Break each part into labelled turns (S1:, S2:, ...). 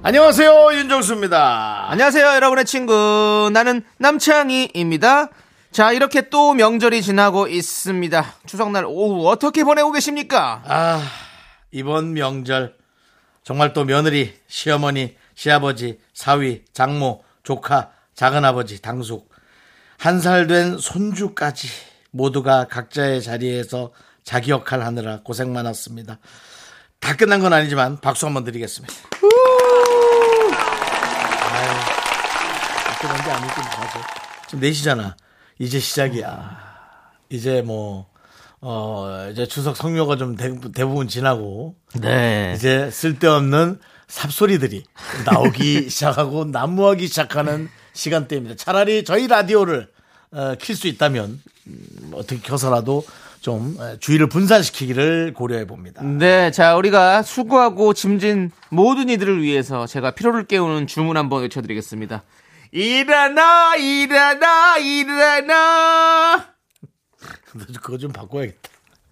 S1: 안녕하세요 윤정수입니다.
S2: 안녕하세요, 여러분의 친구. 나는 남창희입니다. 자, 이렇게 또 명절이 지나고 있습니다. 추석날 오후 어떻게 보내고 계십니까?
S1: 아 이번 명절 정말 또 며느리, 시어머니, 시아버지, 사위, 장모, 조카, 작은아버지, 당숙 한 살 된 손주까지 모두가 각자의 자리에서 자기 역할 하느라 고생 많았습니다. 다 끝난 건 아니지만 박수 한번 드리겠습니다. 아유, 끝난 게 아니긴 하죠. 지금 4시잖아. 이제 시작이야. 이제 뭐, 어, 이제 추석 성묘가 좀 대, 부분 지나고,
S2: 네.
S1: 이제 쓸데없는 삽소리들이 나오기 시작하고 난무하기 시작하는 시간대입니다. 차라리 저희 라디오를 어, 킬 수 있다면 음, 어떻게 켜서라도 좀 어, 주의를 분산시키기를 고려해 봅니다.
S2: 네, 자, 우리가 수고하고 짐진 모든 이들을 위해서 제가 피로를 깨우는 주문 한번 외쳐드리겠습니다. 일어나, 일어나, 일어나!
S1: 그거 좀 바꿔야겠다.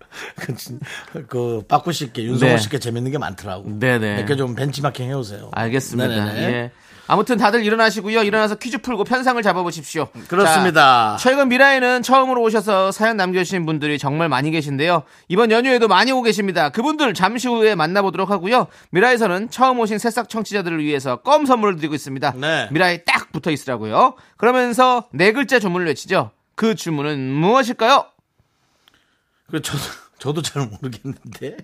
S1: 그 진- 그 빠꾸 씨께 윤성호
S2: 네.
S1: 씨께 재밌는 게 많더라고.
S2: 네네.
S1: 몇개 좀 벤치마킹 해오세요.
S2: 알겠습니다.
S1: 네네네.
S2: 예. 아무튼 다들 일어나시고요. 일어나서 퀴즈 풀고 편상을 잡아보십시오.
S1: 그렇습니다.
S2: 자, 최근 미라에는 처음으로 오셔서 사연 남겨주신 분들이 정말 많이 계신데요. 이번 연휴에도 많이 오고 계십니다. 그분들 잠시 후에 만나보도록 하고요. 미라에서는 처음 오신 새싹 청취자들을 위해서 껌 선물을 드리고 있습니다.
S1: 네.
S2: 미라에 딱 붙어 있으라고요. 그러면서 네 글자 주문을 외치죠. 그 주문은 무엇일까요?
S1: 그 저도 저도 잘 모르겠는데.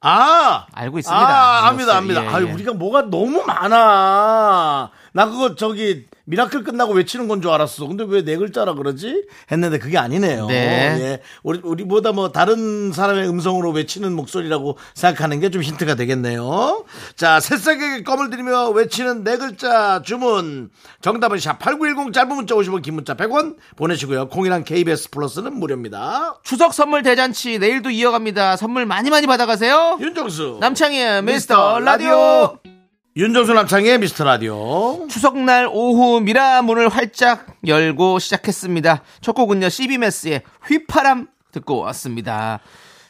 S1: 아
S2: 알고 있습니다.
S1: 아, 압니다, 압니다.
S2: 예,
S1: 아유
S2: 예.
S1: 우리가 뭐가 너무 많아. 나 그거 저기 미라클 끝나고 외치는 건 줄 알았어. 근데 왜 네 글자라 그러지? 했는데 그게 아니네요.
S2: 네.
S1: 예. 우리 우리보다 뭐 다른 사람의 음성으로 외치는 목소리라고 생각하는 게 좀 힌트가 되겠네요. 자, 새싹에게 껌을 들이며 외치는 네 글자 주문. 정답은 샵 8910 짧은 문자 50원 긴 문자 100원 보내시고요. 콩이랑 KBS 플러스는 무료입니다.
S2: 추석 선물 대잔치 내일도 이어갑니다. 선물 많이 많이 받아가세요.
S1: 윤정수
S2: 남창희의 미스터 라디오.
S1: 윤정수 남창희의 미스터 라디오
S2: 추석날 오후 미라 문을 활짝 열고 시작했습니다. 첫 곡은요, CB메스의 휘파람 듣고 왔습니다.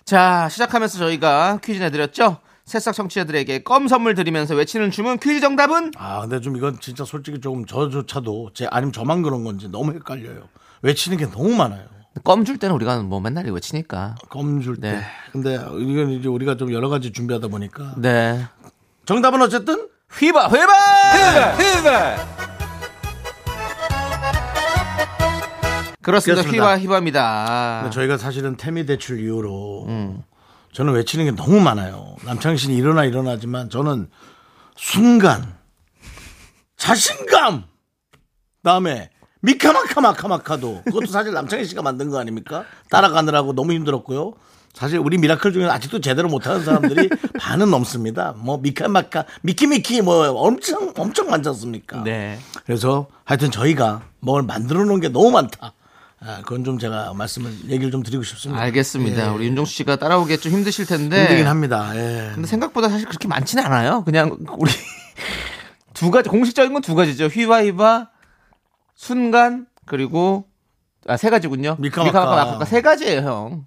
S2: 자, 시작하면서 저희가 퀴즈 내드렸죠? 새싹 청취자들에게 껌 선물 드리면서 외치는 주문 퀴즈 정답은?
S1: 아 근데 좀 이건 진짜 솔직히 조금 저조차도 제 아니면 저만 그런 건지 너무 헷갈려요 외치는 게 너무 많아요
S2: 껌 줄 때는 우리가 뭐 맨날 외치니까.
S1: 검줄 때
S2: 네.
S1: 근데 이건 이제 우리가 좀 여러 가지 준비하다 보니까
S2: 네.
S1: 정답은 어쨌든
S2: 휘바, 휘바! 그렇습니다. 네,
S1: 그렇습니다.
S2: 휘바, 휘바입니다.
S1: 저희가 사실은 태미 대출 이후로 저는 외치는 게 너무 많아요 남창신이 일어나 일어나지만 저는 순간 자신감 다음에 미카마카마카마카도 그것도 사실 남창희 씨가 만든 거 아닙니까? 따라가느라고 너무 힘들었고요. 사실 우리 미라클 중에는 아직도 제대로 못하는 사람들이 반은 넘습니다. 뭐 미카마카, 미키미키 뭐 엄청 엄청 많지 않습니까?
S2: 네.
S1: 그래서 하여튼 저희가 뭘 만들어 놓은 게 너무 많다. 아, 그건 좀 제가 말씀을 얘기를 좀 드리고 싶습니다.
S2: 알겠습니다.
S1: 예.
S2: 우리 윤종수 씨가 따라오기 좀 힘드실 텐데.
S1: 힘들긴 합니다. 예.
S2: 근데 생각보다 사실 그렇게 많지는 않아요. 그냥 우리 두 가지 공식적인 건 두 가지죠. 휘바휘바, 순간 그리고 아 세 가지군요.
S1: 밀가마카.
S2: 마카세 가지예요, 형.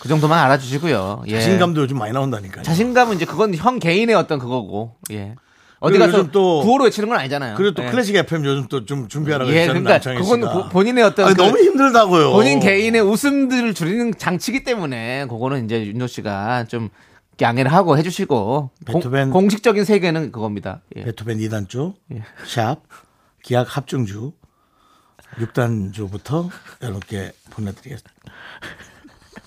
S2: 그 정도만 알아주시고요. 예.
S1: 자신감도 요즘 많이 나온다니까요.
S2: 자신감은 이제 그건 형 개인의 어떤 그거고. 예. 어디
S1: 그리고
S2: 가서
S1: 요즘 또-
S2: 구호로 외치는 건 아니잖아요.
S1: 그리고 또
S2: 예.
S1: 클래식 FM 요즘 또 좀 준비하라고
S2: 예,
S1: 했잖아요.
S2: 그러니까
S1: 남창희
S2: 그건
S1: 씨가.
S2: 보- 본인의 어떤
S1: 아니,
S2: 그-
S1: 너무 힘들다고요.
S2: 본인 개인의 웃음들을 줄이는 장치기 때문에 그거는 이제 윤조 씨가 좀 양해를 하고 해주시고
S1: 베토벤-
S2: 공, 식적인 세계는 그겁니다. 예.
S1: 베토벤 2단조, 샵, 기악 합중주, 6단조부터 이렇게 보내드리겠습니다.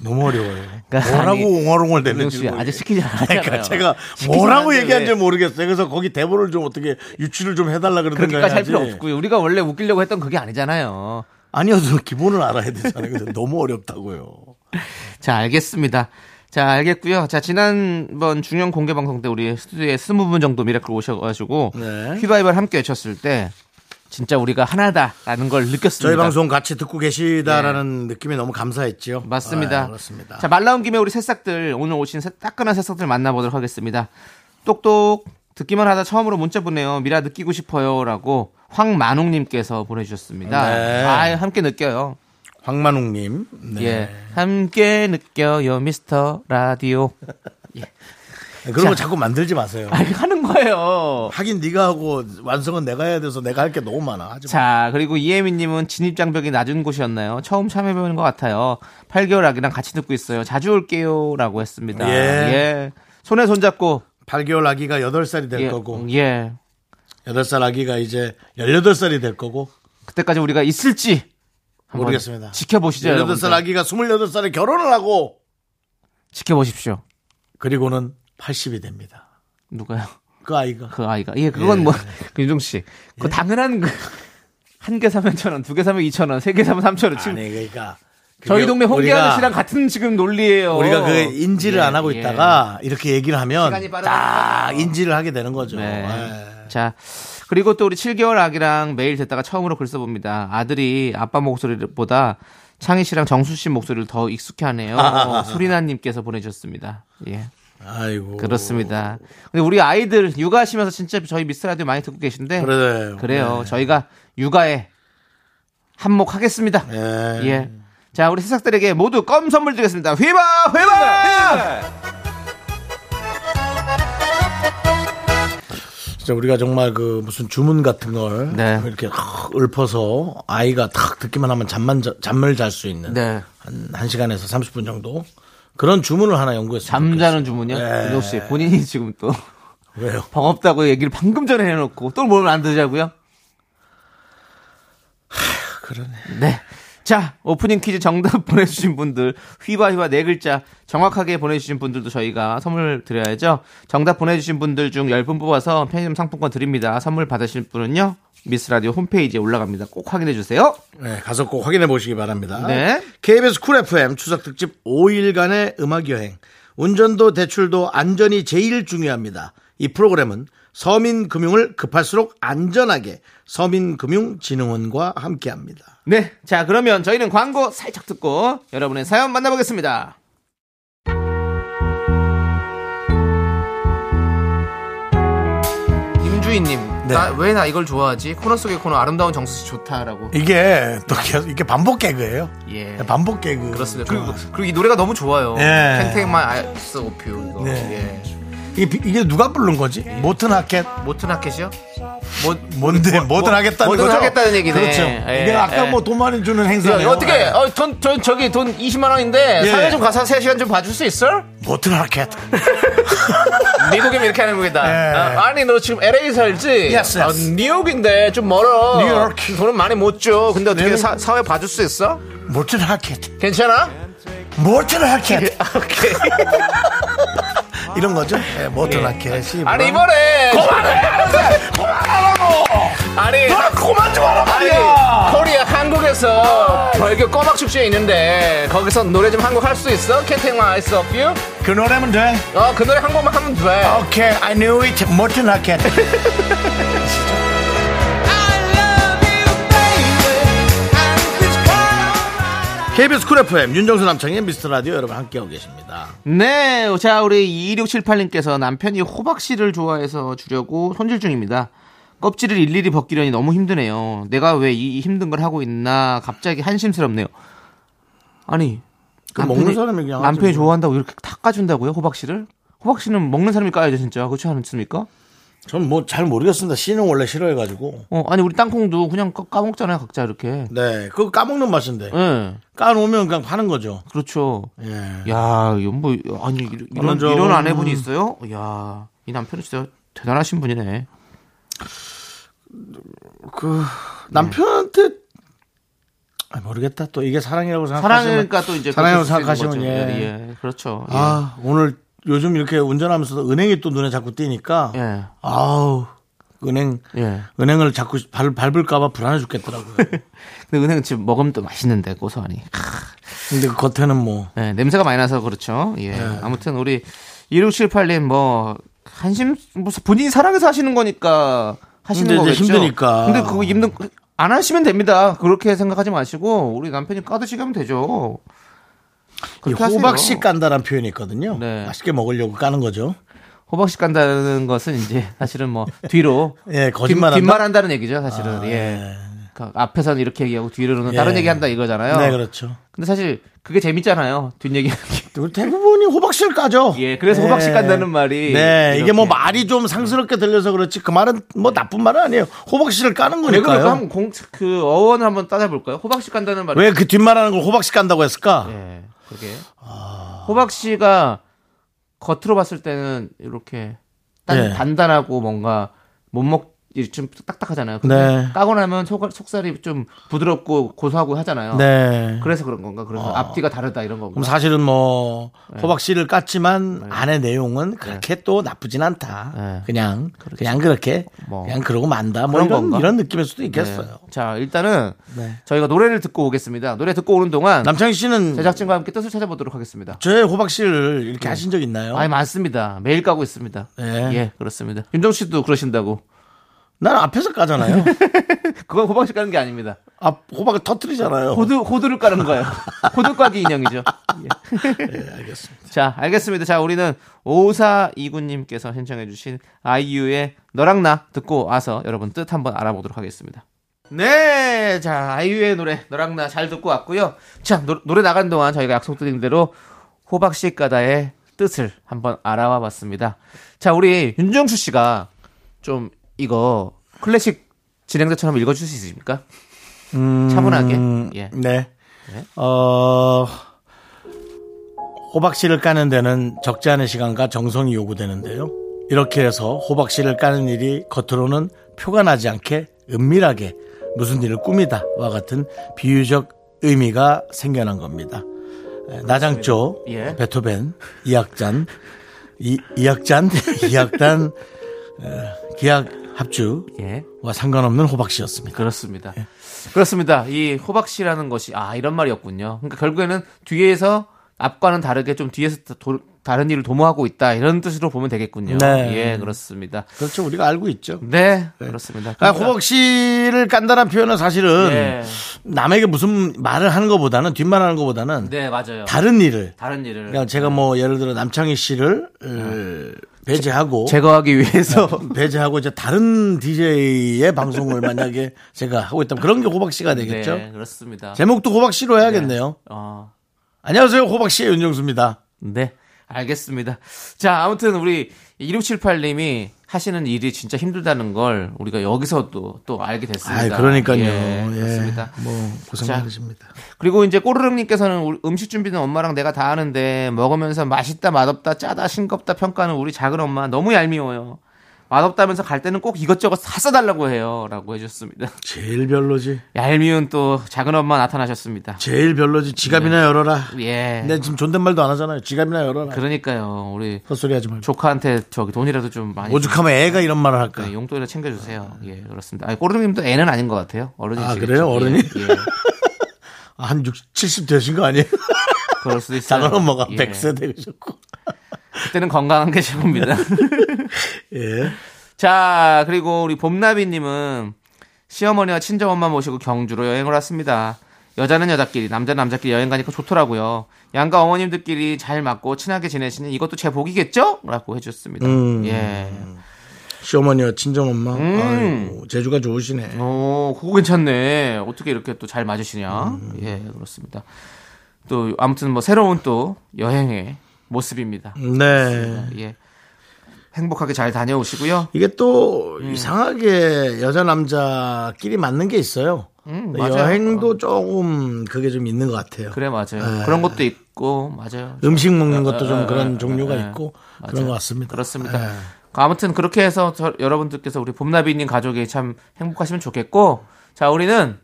S1: 너무 어려워요.
S2: 그러니까 아니,
S1: 뭐라고 옹알옹알
S2: 윤조
S1: 되는지
S2: 씨 아직 시키지 않았잖아요.
S1: 그러니까 제가 뭐라고 얘기한지 모르겠어요. 그래서 거기 대본을 좀 어떻게 유출을 좀 해달라 그러던가
S2: 그렇게까지 그러니까 할 필요
S1: 해야지.
S2: 없고요. 우리가 원래 웃기려고 했던 그게 아니잖아요.
S1: 아니어도 기본을 알아야 되잖아요. 근데 너무 어렵다고요.
S2: 자, 알겠습니다. 자, 알겠고요. 자, 지난번 중형 공개 방송 때 우리 스튜디오에 스무 분 정도 미라클 오셔가지고
S1: 네.
S2: 휘바이벌 함께 외쳤을 때 진짜 우리가 하나다라는 걸 느꼈습니다. 네.
S1: 저희 방송 같이 듣고 계시다라는 느낌이 너무 감사했지요.
S2: 맞습니다.
S1: 아, 그렇습니다.
S2: 자, 말 나온 김에 우리 새싹들 오늘 오신 새- 따끈한 새싹들 만나보도록 하겠습니다. 똑똑 듣기만 하다 처음으로 문자 보내요. 미라 느끼고 싶어요라고 황만웅님께서 보내주셨습니다.
S1: 네.
S2: 아, 함께 느껴요.
S1: 황만웅님. 네.
S2: 예, 함께 느껴요 미스터 라디오.
S1: 네, 그런 거
S2: 자.
S1: 자꾸 만들지 마세요.
S2: 아, 이거 하는 거예요.
S1: 하긴 네가 하고 완성은 내가 해야 돼서 내가 할 게 너무 많아. 하지 마.
S2: 자, 그리고 이혜민님은 진입장벽이 낮은 곳이었나요? 처음 참여해보는 것 같아요. 8개월 아기랑 같이 듣고 있어요. 자주 올게요. 라고 했습니다.
S1: 예.
S2: 예. 손에 손잡고.
S1: 8개월 아기가 8살이 될
S2: 예.
S1: 거고
S2: 예.
S1: 8살 아기가 이제 18살이 될 거고
S2: 그때까지 우리가 있을지. 한번
S1: 모르겠습니다.
S2: 지켜보시죠.
S1: 18살
S2: 여러분들.
S1: 아기가 28살에 결혼을 하고
S2: 지켜보십시오.
S1: 그리고는 80이 됩니다.
S2: 누가요?
S1: 그 아이가
S2: 그 아이가. 예, 그건
S1: 예.
S2: 뭐, 그 윤종 씨. 그 당연한 그. 한 개 사면 천 원, 두 개 사면 이천 원, 세 개 사면 삼천 원. 지금
S1: 아니 그러니까 그게
S2: 저희 동네 홍기
S1: 우리가-
S2: 아저씨랑 같은 지금 논리예요.
S1: 우리가 그 인지를
S2: 예,
S1: 안 하고
S2: 예.
S1: 있다가 이렇게 얘기를 하면
S2: 시간이 빠르니까.
S1: 딱 인지를 하게 되는 거죠.
S2: 네.
S1: 예.
S2: 자, 그리고 또 우리 7개월 아기랑 매일 듣다가 처음으로 글 써봅니다. 아들이 아빠 목소리보다 창희 씨랑 정수 씨 목소리를 더 익숙해하네요. 어, 수리나님께서 보내주셨습니다. 예,
S1: 아이고
S2: 그렇습니다. 근데 우리 아이들 육아하시면서 진짜 저희 미스 라디오 많이 듣고 계신데
S1: 그래요. 네.
S2: 요 저희가 육아에 한몫하겠습니다.
S1: 예.
S2: 예. 자, 우리 새싹들에게 모두 껌 선물 드리겠습니다. 휘바! 휘바!
S1: 진짜 우리가 정말 그 무슨 주문 같은 걸
S2: 네.
S1: 이렇게 확 읊어서 아이가 탁 듣기만 하면 잠만 자- 잠을 잘 수 있는
S2: 네.
S1: 한 1시간에서 30분 정도 그런 주문을 하나 연구했어요.
S2: 잠자는 주문요?
S1: 예.
S2: 윤정 씨, 본인이 지금 또
S1: 왜요?
S2: 버겁다고 얘기를 방금 전에 해놓고 또 뭘 안 드자고요?
S1: 그러네.
S2: 네. 자, 오프닝 퀴즈 정답 보내주신 분들, 휘바휘바 네 글자 정확하게 보내주신 분들도 저희가 선물 드려야죠. 정답 보내주신 분들 중 10분 뽑아서 편의점 상품권 드립니다. 선물 받으실 분은요, 미스라디오 홈페이지에 올라갑니다. 꼭 확인해주세요.
S1: 네, 가서 꼭 확인해 보시기 바랍니다.
S2: 네.
S1: KBS 쿨 FM 추석 특집 5일간의 음악 여행. 운전도 대출도 안전이 제일 중요합니다. 이 프로그램은 서민금융을 급할수록 안전하게 서민금융진흥원과 함께합니다.
S2: 네. 자, 그러면 저희는 광고 살짝 듣고 여러분의 사연 만나보겠습니다. 임주희님,
S1: 네.
S2: 나 왜 나 이걸 좋아하지? 코너 속의 코너 아름다운 정수 씨 좋다라고.
S1: 이게 또 계속 이게 반복 개그예요.
S2: 예.
S1: 반복 개그.
S2: 그렇습니다. 그리고, 그리고 이 노래가 너무 좋아요.
S1: 예.
S2: Can't Take My Eyes Off You 이거.
S1: 네.
S2: 예.
S1: 이게, 이게 누가 부른 거지? 모튼 하켓.
S2: 모튼 하켓이요? 뭐,
S1: 뭔데 뭐든 하겠다는
S2: 뭐든
S1: 거죠?
S2: 하겠다는 얘기네.
S1: 그렇죠.
S2: 예,
S1: 이게 아까
S2: 예.
S1: 뭐 돈 많이 주는 행사.
S2: 야, 어떻게? 어, 돈, 저, 저기 돈 20만 원인데
S1: 네. 예.
S2: 사회 좀 가서 3시간 좀 봐줄 수 있어?
S1: 모튼 하켓.
S2: 미국이면 이렇게 하는 거다.
S1: 예.
S2: 어, 아니 너 지금 LA 살지?
S1: Yes, yes.
S2: 아, 뉴욕인데 좀 멀어.
S1: 뉴욕.
S2: 돈은 많이 못 줘. 근데 어떻게
S1: 네.
S2: 사, 사회 봐줄 수 있어?
S1: 모튼 하켓.
S2: 괜찮아?
S1: 모튼 하켓.
S2: 오케이.
S1: 이런 거죠? 예, 모튼 하켓이. 뭐라-
S2: 아니 이번에 그만해. 그만하라고. 아니
S1: 아, 그만 좀 하라
S2: 아니
S1: 말이야.
S2: 코리아 한국에서 벌교 꼬막 축제 있는데 거기서 노래 좀 한곡 할 수 있어? Can't Take My Eyes Off You?
S1: 그 노래면 돼.
S2: 어 그 노래 한 곡만 하면 돼.
S1: 오케이, I knew it. 뭐 모튼 하켓. KBS 쿨 FM 윤정수 남창의 미스터 라디오 여러분 함께하고 계십니다.
S2: 네, 자 우리 2678님께서 남편이 호박씨를 좋아해서 주려고 손질 중입니다. 껍질을 일일이 벗기려니 너무 힘드네요. 내가 왜 이 힘든 걸 하고 있나 갑자기 한심스럽네요. 아니,
S1: 그 먹는 사람이 그냥
S2: 남편이
S1: 하지 뭐.
S2: 좋아한다고 이렇게 다 까준다고요? 호박씨를? 호박씨는 먹는 사람이 까야죠 진짜 그렇지 않습니까?
S1: 전 뭐 잘 모르겠습니다. 씨는 원래 싫어해가지고.
S2: 어, 아니 우리 땅콩도 그냥 까- 까먹잖아요 각자 이렇게.
S1: 네, 그거 까먹는 맛인데.
S2: 예,
S1: 까놓으면 그냥 파는 거죠.
S2: 그렇죠.
S1: 예.
S2: 야, 이건 뭐 아니 이런 이런,
S1: 저건-
S2: 이런 아내분이 있어요? 야, 이 남편은 진짜 대단하신 분이네.
S1: 그 남편한테 아, 모르겠다. 또 이게 사랑이라고 생각하시면
S2: 사랑이니까 또 이제
S1: 사랑이라고 아,
S2: 그렇게 쓰시는
S1: 생각하시면
S2: 거죠.
S1: 예.
S2: 예, 예, 그렇죠. 예.
S1: 아 오늘 요즘 이렇게 운전하면서도 은행이 또 눈에 자꾸 띄니까
S2: 예.
S1: 아우 은행
S2: 예.
S1: 은행을 자꾸 발, 밟을까봐 불안해 죽겠더라고요.
S2: 근데 은행 집 먹으면 또 맛있는데 고소하니. 크,
S1: 근데 그 겉에는 뭐
S2: 예, 냄새가 많이 나서 그렇죠. 예.
S1: 네.
S2: 아무튼 우리 1678님 뭐 한심 무슨 본인이 사랑해서 하시는 거니까 하시는
S1: 근데 이제
S2: 거겠죠.
S1: 힘드니까.
S2: 근데 그거 힘든 안 하시면 됩니다. 그렇게 생각하지 마시고 우리 남편이 까드시게 하면 되죠.
S1: 이
S2: 하세요.
S1: 호박씨 깐다란 표현이 있거든요.
S2: 네.
S1: 맛있게 먹으려고 까는 거죠.
S2: 호박씨 깐다는 것은 이제 사실은 뭐 뒤로
S1: 예, 거짓말한다? 아,
S2: 뒷말한다는 얘기죠 사실은 예. 그러니까 앞에서는 이렇게 얘기하고 뒤로는 다른
S1: 예.
S2: 얘기한다 이거잖아요.
S1: 네, 그렇죠.
S2: 근데 사실 그게 재밌잖아요. 뒷얘기하기.
S1: 우리 대부분이 호박씨를 까죠.
S2: 예, 그래서 호박씨 깐다는 말이
S1: 네, 이게 뭐
S2: 이렇게.
S1: 말이 좀 상스럽게 들려서 그렇지 그 말은 뭐 나쁜 말은 아니에요. 호박씨를 까는
S2: 왜 그럴까?
S1: 거니까요.
S2: 한번 공, 그 어원을 한번 따져볼까요? 호박씨 깐다는 말이.
S1: 왜 그 뒷말하는 걸 호박씨 깐다고 했을까?
S2: 예, 그게.
S1: 아.
S2: 호박씨가 겉으로 봤을 때는 이렇게 딴,
S1: 예.
S2: 단단하고 뭔가 못 먹, 좀 딱딱하잖아요. 근데
S1: 네.
S2: 까고 나면 속, 속살이 좀 부드럽고 고소하고 하잖아요.
S1: 네.
S2: 그래서 그런 건가? 그래서 앞뒤가 다르다 이런 건가?
S1: 그럼 사실은 뭐
S2: 네.
S1: 호박씨를 깠지만 안의 내용은 그렇게 또 나쁘진 않다.
S2: 네.
S1: 그냥 그냥 그렇게
S2: 뭐.
S1: 그냥 그러고 만다. 뭐
S2: 그런
S1: 이런,
S2: 건가?
S1: 이런 느낌일 수도
S2: 네.
S1: 있겠어요.
S2: 자, 일단은
S1: 네.
S2: 저희가 노래를 듣고 오겠습니다. 노래 듣고 오는 동안
S1: 남창희 씨는
S2: 제작진과 함께 뜻을 찾아보도록 하겠습니다.
S1: 저의 호박씨를 이렇게 하신 적 있나요?
S2: 아니 많습니다. 매일 까고 있습니다.
S1: 네.
S2: 예, 그렇습니다. 윤정 씨도 그러신다고.
S1: 난 앞에서 까잖아요.
S2: 그건 호박씨 까는 게 아닙니다.
S1: 앞 호박을 터뜨리잖아요.
S2: 호두 호두를 까는 거예요. 호두 까기 인형이죠. 어. 예. 알겠습니다. 자, 알겠습니다. 자, 우리는 5429님께서 신청해주신 아이유의 너랑 나 듣고 와서 여러분 뜻 한번 알아보도록 하겠습니다. 네, 자 아이유의 노래 너랑 나 잘 듣고 왔고요. 자 노, 노래 나간 동안 저희가 약속드린 대로 호박씨 가다의 뜻을 한번 알아와봤습니다. 자 우리 윤정수 씨가 좀 이거 클래식 진행자처럼 읽어줄 수 있습니까? 차분하게. 예.
S1: 네.
S2: 네.
S1: 어, 호박씨를 까는 데는 적지 않은 시간과 정성이 요구되는데요. 이렇게 해서 호박씨를 까는 일이 겉으로는 표가 나지 않게 은밀하게 무슨 일을 꾸미다와 같은 비유적 의미가 생겨난 겁니다. 에, 나장조,
S2: 예.
S1: 베토벤, 이악잔, 이, 이악잔, 이악단, 어, 기악 합주와
S2: 예.
S1: 상관없는 호박씨였습니다.
S2: 그렇습니다. 그렇습니다. 이 호박씨라는 것이 아 이런 말이었군요. 그러니까 결국에는 뒤에서 앞과는 다르게 좀 뒤에서 도- 다른 일을 도모하고 있다 이런 뜻으로 보면 되겠군요.
S1: 네.
S2: 예, 그렇습니다.
S1: 그렇죠. 우리가 알고 있죠.
S2: 네, 그렇습니다.
S1: 아, 호박 씨를 깐다란 표현은 사실은
S2: 네.
S1: 남에게 무슨 말을 하는 것보다는 뒷말 하는 것보다는
S2: 네, 맞아요.
S1: 다른 일을
S2: 다른 일을
S1: 그러니까 제가 뭐 예를 들어 남창희 씨를 어, 배제하고
S2: 제거하기 위해서
S1: 배제하고 이제 다른 DJ의 방송을 만약에 제가 하고 있다면 그런 게 호박 씨가 되겠죠.
S2: 네, 그렇습니다.
S1: 제목도 호박 씨로 해야겠네요.
S2: 어,
S1: 안녕하세요. 호박 씨의 윤정수입니다.
S2: 네, 알겠습니다. 자, 아무튼 우리 1678님이 하시는 일이 진짜 힘들다는 걸 우리가 여기서 또, 또 알게
S1: 아,
S2: 됐습니다.
S1: 그러니까요.
S2: 예,
S1: 예,
S2: 그렇습니다.
S1: 뭐 고생
S2: 자,
S1: 많으십니다.
S2: 그리고 이제 꼬르륵님께서는 우리 음식 준비는 엄마랑 내가 다 하는데 먹으면서 맛있다 맛없다 짜다 싱겁다 평가하는 우리 작은 엄마 너무 얄미워요. 맛없다면서 갈 때는 꼭 이것저것 사서달라고 해요라고 해주셨습니다.
S1: 제일 별로지.
S2: 얄미운 또 작은 엄마 나타나셨습니다.
S1: 제일 별로지. 지갑이나 열어라.
S2: 네. 예.
S1: 근데 지금 존댓말도 안 하잖아요. 지갑이나 열어라.
S2: 그러니까요 우리
S1: 헛소리 하지 말고.
S2: 조카한테 저기 돈이라도 좀 많이
S1: 오죽하면 애가 이런 말을 할까?
S2: 네, 용돈이라 챙겨주세요. 예 그렇습니다. 아니, 꼬르륵님도 애는 아닌 것 같아요. 어른이 예,
S1: 아, 그래요? 어른이? 아, 한 60, 70 되신 거 아니에요? 네.
S2: 그럴 수도 있어요.
S1: 작은 엄마가
S2: 예.
S1: 100세 되셨고.
S2: 그때는 건강한 게 최고입니다.
S1: 예.
S2: 자, 그리고 우리 봄나비님은 시어머니와 친정엄마 모시고 경주로 여행을 왔습니다. 여자는 여자끼리, 남자는 남자끼리 여행 가니까 좋더라고요. 양가 어머님들끼리 잘 맞고 친하게 지내시는 이것도 제 복이겠죠? 라고 해주셨습니다.
S1: 음.
S2: 예.
S1: 시어머니와 친정엄마. 아이고, 재주가 좋으시네.
S2: 오, 어, 그거 괜찮네. 어떻게 이렇게 또 잘 맞으시냐?
S1: 음.
S2: 예, 그렇습니다. 또, 아무튼 뭐 새로운 또 여행의 모습입니다.
S1: 네.
S2: 예. 행복하게 잘 다녀오시고요.
S1: 이게 또 이상하게 여자 남자끼리 맞는 게 있어요.
S2: 맞아요.
S1: 여행도 조금 음, 그게 좀 있는 것 같아요.
S2: 그래,
S1: 네.
S2: 맞아요. 그런 것도 있고, 맞아요.
S1: 음식 먹는 것도 좀
S2: 에,
S1: 그런
S2: 에,
S1: 종류가
S2: 에,
S1: 있고
S2: 맞아요.
S1: 어. 네. 그런 것 같습니다.
S2: 그렇습니다.
S1: 예.
S2: 아무튼 그렇게 해서 저- 여러분들께서 우리 봄나비님 가족이 참 행복하시면 좋겠고, 자 우리는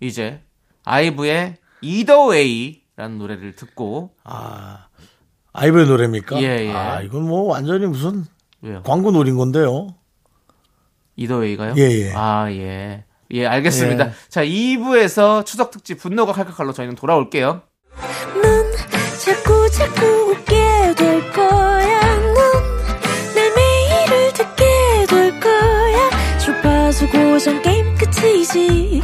S2: 이제 아이브의 이더웨이라는 노래를 듣고
S1: 아. 아이브의 노래입니까?
S2: 예, 예.
S1: 아, 이건 뭐 완전히 무슨
S2: 왜요?
S1: 광고 노린 건데요.
S2: 이더웨이가요?
S1: 예, 예.
S2: 아, 예. 예, 알겠습니다.
S1: 예.
S2: 자, 2부에서 추석특집 분노가 칼칼칼로 저희는 돌아올게요.
S3: 넌 자꾸 자꾸 웃게 될 거야. 넌내 매일을 듣게 될 거야. 주파수 고정 게임 끝이지.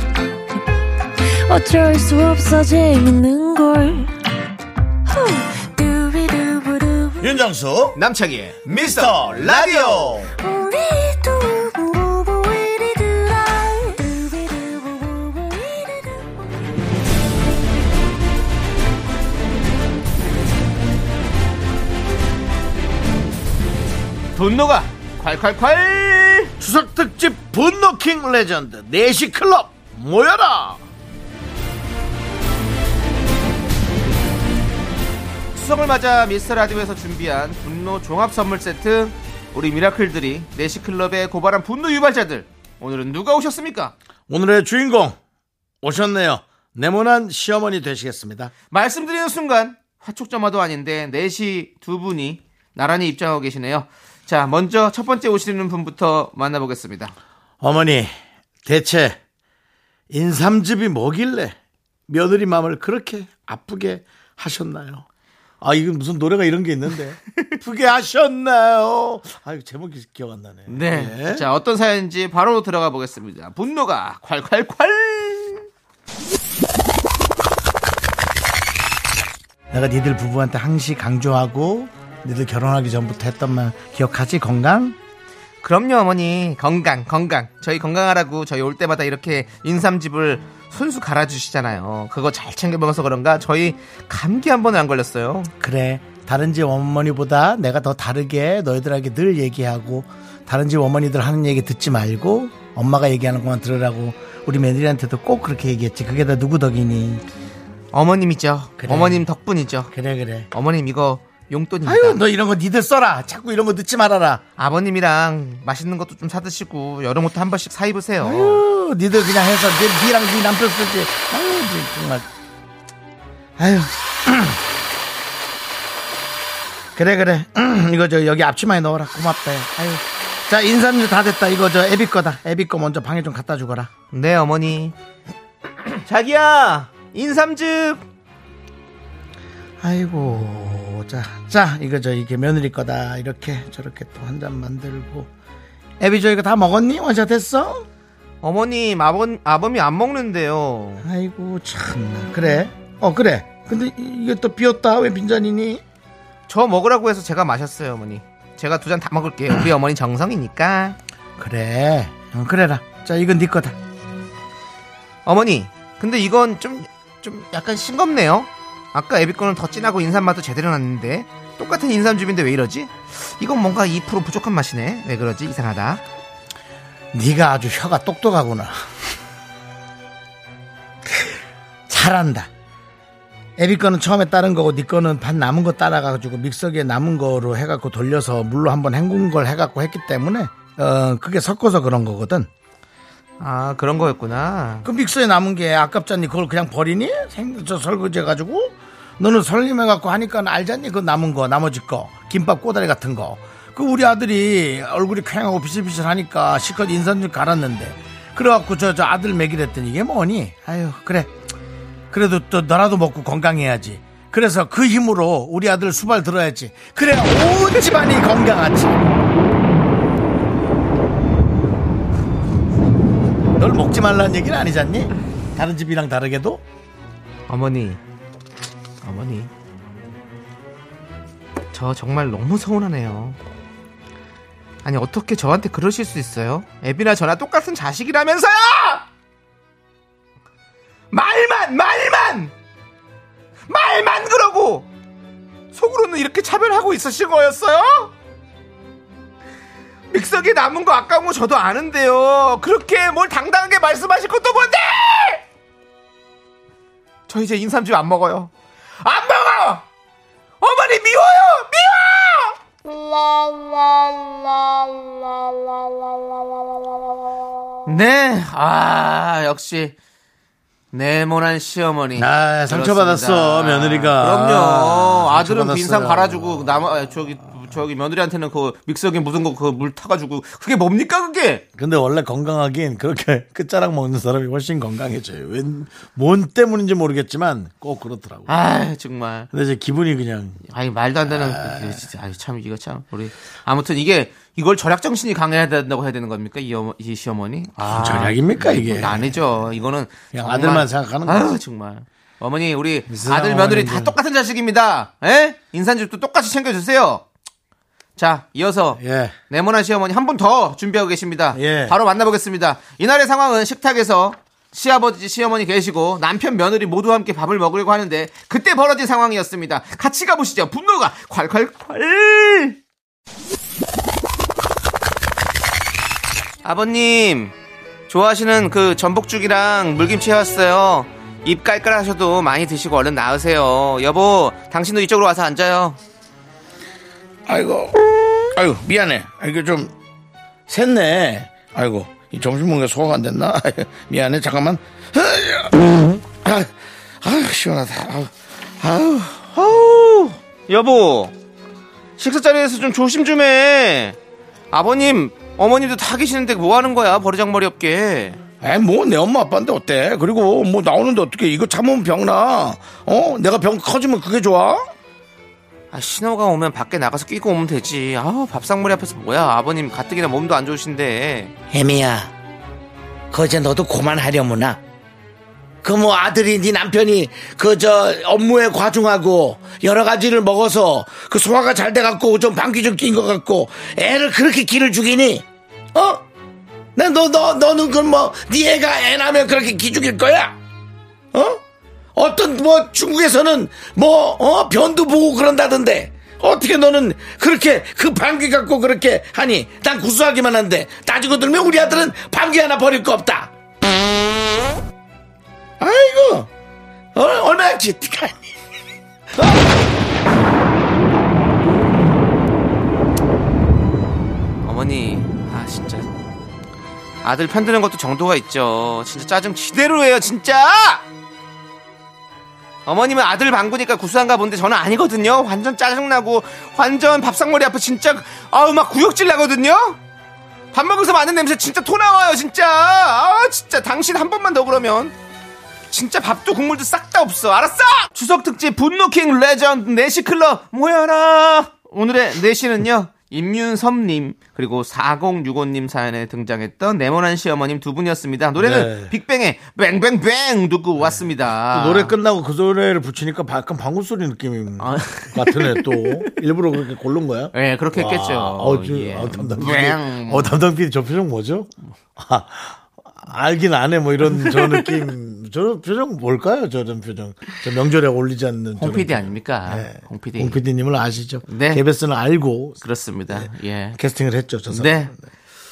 S3: 어쩔 수 없어 재밌는 걸. 후. 두비두부두.
S4: 윤정수
S2: 남창희의
S4: 미스터 라디오
S3: 우리 두부부부 우리 두라. 두비두부부부 우리 두라.
S2: 분노가 콸콸콸!
S1: 추석 특집 분노킹 레전드 내시 클럽 모여라.
S2: 추석을 맞아 미스터 라디오에서 준비한 분노 종합 선물 세트. 우리 미라클들이 내시클럽의 고발한 분노 유발자들. 오늘은 누가 오셨습니까?
S1: 오늘의 주인공 오셨네요. 네모난 시어머니 되시겠습니다.
S2: 말씀드리는 순간 화촉점화도 아닌데 내시 두 분이 나란히 입장하고 계시네요. 자, 먼저 첫 번째 오시는 분부터 만나보겠습니다.
S1: 어머니, 대체 인삼즙이 뭐길래 며느리 마음을 그렇게 아프게 하셨나요? 아, 이건 무슨 노래가 이런 게 있는데. 아프게 하셨나요? 아, 이거 제목이 기억 안 나네. 예.
S2: 자, 어떤 사연인지 바로 들어가 보겠습니다. 분노가 콸콸콸!
S1: 내가 니들 부부한테 항시 강조하고 니들 결혼하기 전부터 했던 말 기억하지? 건강?
S2: 그럼요 어머니 건강 건강 저희 건강하라고 저희 올 때마다 이렇게 인삼즙을 손수 갈아주시잖아요 그거 잘 챙겨 먹어서 그런가 저희 감기 한 번은 안 걸렸어요
S1: 그래. 다른 집 어머니보다 내가 더 다르게 너희들에게 늘 얘기하고 다른 집 어머니들 하는 얘기 듣지 말고 엄마가 얘기하는 것만 들으라고 우리 며느리한테도 꼭 그렇게 얘기했지. 그게 다 누구 덕이니?
S2: 어머님이죠
S1: 그래.
S2: 어머님 덕분이죠
S1: 그래 그래.
S2: 어머님 이거 용돈입니다
S1: 아유 너 이런 거 니들 써라. 자꾸 이런 거 넣지 말아라.
S2: 아버님이랑 맛있는 것도 좀 사드시고 여름 옷도 한 번씩 사입으세요
S1: 아유 니들 그냥 해서 니, 니랑 니 남편 쓰지. 아유 니 정말. 아유. 그래 그래. 이거 저 여기 앞치마에 넣어라. 고맙다. 아유. 자 인삼류 다 됐다. 이거 저 애비 거다. 애비 거 먼저 방에 좀 갖다 주거라.
S2: 네 어머니 자기야 인삼즙
S1: 아이고 자, 자 이거 저 이게 며느리 거다 이렇게 저렇게 또 한 잔 만들고 애비 저 이거 다 먹었니? 원샷 했어?
S2: 어머님 아버, 아범이 안 먹는데요
S1: 아이고 참나 그래 어 그래 근데 이- 이게 또 비었다 왜 빈잔이니?
S2: 저 먹으라고 해서 제가 마셨어요, 어머니. 제가 두 잔 다 먹을게요. 우리 어머니 정성이니까.
S1: 그래 응, 그래라 자 이건 네 거다
S2: 어머니, 근데 이건 좀, 좀 약간 싱겁네요. 아까 애비 거는 더 진하고 인삼맛도 제대로 났는데. 똑같은 인삼즙인데 왜 이러지? 이건 뭔가 2% 부족한 맛이네. 왜 그러지? 이상하다.
S1: 네가 아주 혀가 똑똑하구나 잘한다 애비 거는 처음에 따른 거고 네 거는 반 남은 거 따라가지고 믹서기에 남은 거로 해갖고 돌려서 물로 한번 헹군 걸 해갖고 했기 때문에 어 그게 섞어서 그런 거거든
S2: 아, 그런 거였구나.
S1: 그 믹서에 남은 게 아깝잖니 그걸 그냥 버리니? 생, 저 설거지 해가지고 너는 설림해갖고 하니까 알잖니 그 남은 거 나머지 거 김밥 꼬다리 같은 거그 우리 아들이 얼굴이 쾌하고 비실비실하니까 실컷 인삼즙 갈았는데 그래갖고 저, 저 아들 먹이랬더니 이게 뭐니? 아유 그래 그래도 또 너라도 먹고 건강해야지 그래서 그 힘으로 우리 아들 수발 들어야지 그래야 온 집안이 건강하지 널 먹지 말라는 얘기는 아니잖니? 다른 집이랑 다르게도
S2: 어머니. 어머니. 저 정말 너무 서운하네요. 아니, 어떻게 저한테 그러실 수 있어요? 애비나 저나 똑같은 자식이라면서요! 말만! 말만! 말만 그러고! 속으로는 이렇게 차별하고 있으신 거였어요? 믹서기에 남은 거 아까운 거 저도 아는데요. 그렇게 뭘 당당하게 말씀하실 것도 뭔데! 저 이제 인삼즙 안 먹어요. 안 먹어! 어머니 미워요! 미워! 네, 아, 역시. 네모난 시어머니.
S1: 아, 상처받았어,
S2: 그렇습니다.
S1: 며느리가.
S2: 그럼요. 아들은
S1: 상처받았어요.
S2: 빈삼 갈아주고, 남, 아, 저기, 저기 며느리한테는 그 믹서기 묻은 거 그 물 타가지고 그게 뭡니까 그게?
S1: 근데 원래 건강하긴 그렇게 끝자락 먹는 사람이 훨씬 건강해져요. 웬, 뭔 때문인지 모르겠지만 꼭 그렇더라고요.
S2: 아 정말.
S1: 근데 이제 기분이 그냥
S2: 아니 말도 안 되는 그- 그 진짜 아이 참 이거 참 우리 아무튼 이게 이걸 절약 정신이 강해야 된다고 해야 되는 겁니까 이, 어머, 이 시어머니? 아,
S1: 절약입니까, 이게?
S2: 이건 아니죠. 이거는
S1: 그냥
S2: 정말-
S1: 아들만 생각하는
S2: 아유,
S1: 거지.
S2: 정말. 어머니 우리
S1: 무슨
S2: 아들 며느리 다
S1: 상황인데.
S2: 똑같은 자식입니다. 예? 인산집도 똑같이 챙겨주세요. 자 이어서
S1: 예.
S2: 네모난 시어머니 한 분 더 준비하고 계십니다.
S1: 예.
S2: 바로 만나보겠습니다. 이날의 상황은 식탁에서 시아버지, 시어머니 계시고 남편, 며느리 모두 함께 밥을 먹으려고 하는데 그때 벌어진 상황이었습니다. 같이 가보시죠. 분노가 콸콸콸! 아버님, 좋아하시는 그 전복죽이랑 물김치 해왔어요. 입 깔깔하셔도 많이 드시고 얼른 나으세요. 여보, 당신도 이쪽으로 와서 앉아요.
S1: 아이고, 아이고 미안해. 이게 좀 샜네. 아이고 이 점심 먹는 게 소화가 안 됐나? 미안해. 잠깐만. 아, 아 시원하다. 아우, 아우.
S2: 아우, 여보. 식사 자리에서 좀 조심 좀 해. 아버님, 어머님도 다 계시는데 뭐 하는 거야? 버르장머리 없게.
S1: 아이 뭐내 엄마 아빠인데 어때? 그리고 뭐 나오는데 어떻게 이거 참으면 병나? 어? 내가 병 커지면 그게 좋아?
S2: 아, 신호가 오면 밖에 나가서 끼고 오면 되지. 아우, 밥상머리 앞에서 뭐야? 아버님 가뜩이나 몸도 안 좋으신데.
S5: 혜미야, 거제 너도 그만하려무나. 그 뭐 아들이 네 남편이 그 저 업무에 과중하고 여러 가지를 먹어서 그 소화가 잘 돼갖고 좀 방귀 좀 낀 것 같고 애를 그렇게 기를 죽이니? 어? 난 너, 너, 너는 그뭐네 애가 애 낳으면 그렇게 기 죽일 거야? 어? 어떤 뭐 중국에서는 뭐 어? 변도 보고 그런다던데 어떻게 너는 그렇게 그 방귀 갖고 그렇게 하니 난 구수하기만 한데 따지고 들면 우리 아들은 방귀 하나 버릴 거 없다 아이고 어, 얼마나 기특하니
S2: 어머니, 아, 진짜. 아들 편드는 것도 정도가 있죠. 진짜 짜증 지대로 해요, 진짜! 어머님은 아들 방구니까 구수한가 본데 저는 아니거든요. 완전 짜증나고 완전 밥상머리 앞에 진짜 아우 막 구역질 나거든요. 밥 먹으면서 많은 냄새 진짜 토 나와요 진짜. 아 진짜 당신 한 번만 더 그러면 진짜 밥도 국물도 싹 다 없어. 알았어? 추석 특집 분노킹 레전드 내시 클럽 모여라. 오늘의 내시는요. 임윤섭님 그리고 4065님 사연에 등장했던 네모난 시어머님 두 분이었습니다. 노래는
S1: 네.
S2: 빅뱅의 뱅뱅뱅 듣고 왔습니다.
S1: 노래 끝나고 그 노래를 붙이니까 약간 방울 소리 느낌
S2: 아.
S1: 같은 애또 일부러 그렇게 고른 거야?
S2: 예, 그렇게 했겠죠.
S1: 어, 저,
S2: 예.
S1: 어, 담당
S2: 꽝.
S1: PD. 어, 담당 PD 저 표정 뭐죠? 아, 알긴 안 해, 뭐 이런 저 느낌. 저 표정 뭘까요? 저런 표정. 저 명절에 어울리지 않는.
S2: 홍
S1: 저런
S2: PD
S1: 표정.
S2: 아닙니까?
S1: 네.
S2: 홍 PD.
S1: 홍 PD님을 아시죠?
S2: 네.
S1: 개베스는 알고
S2: 그렇습니다.
S1: 네.
S2: 예.
S1: 캐스팅을 했죠, 저 사람.
S2: 네.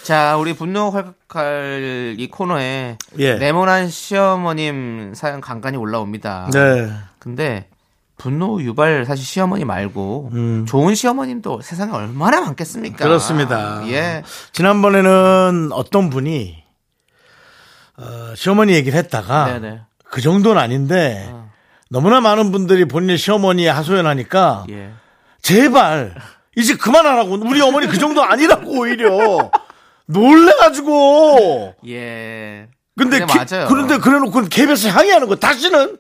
S2: 자, 우리 분노 활칼 이 코너에
S1: 예.
S2: 네모난 시어머님 사연 간간히 올라옵니다.
S1: 네.
S2: 근데 분노 유발 사실 시어머니 말고 좋은 시어머님도 세상에 얼마나
S1: 음.
S2: 많겠습니까?
S1: 그렇습니다.
S2: 예.
S1: 지난번에는 어떤 분이 어, 시어머니 얘기를 했다가
S2: 네네.
S1: 그 정도는 아닌데 너무나 많은 분들이 본인의 시어머니에 하소연하니까
S2: 예.
S1: 제발 이제 그만하라고 우리 어머니 그 정도 아니라고 오히려 놀래가지고
S2: 예.
S1: 근데
S2: 그게
S1: 개-
S2: 맞아요.
S1: 그런데 그래놓고 KBS 항의하는 거 다시는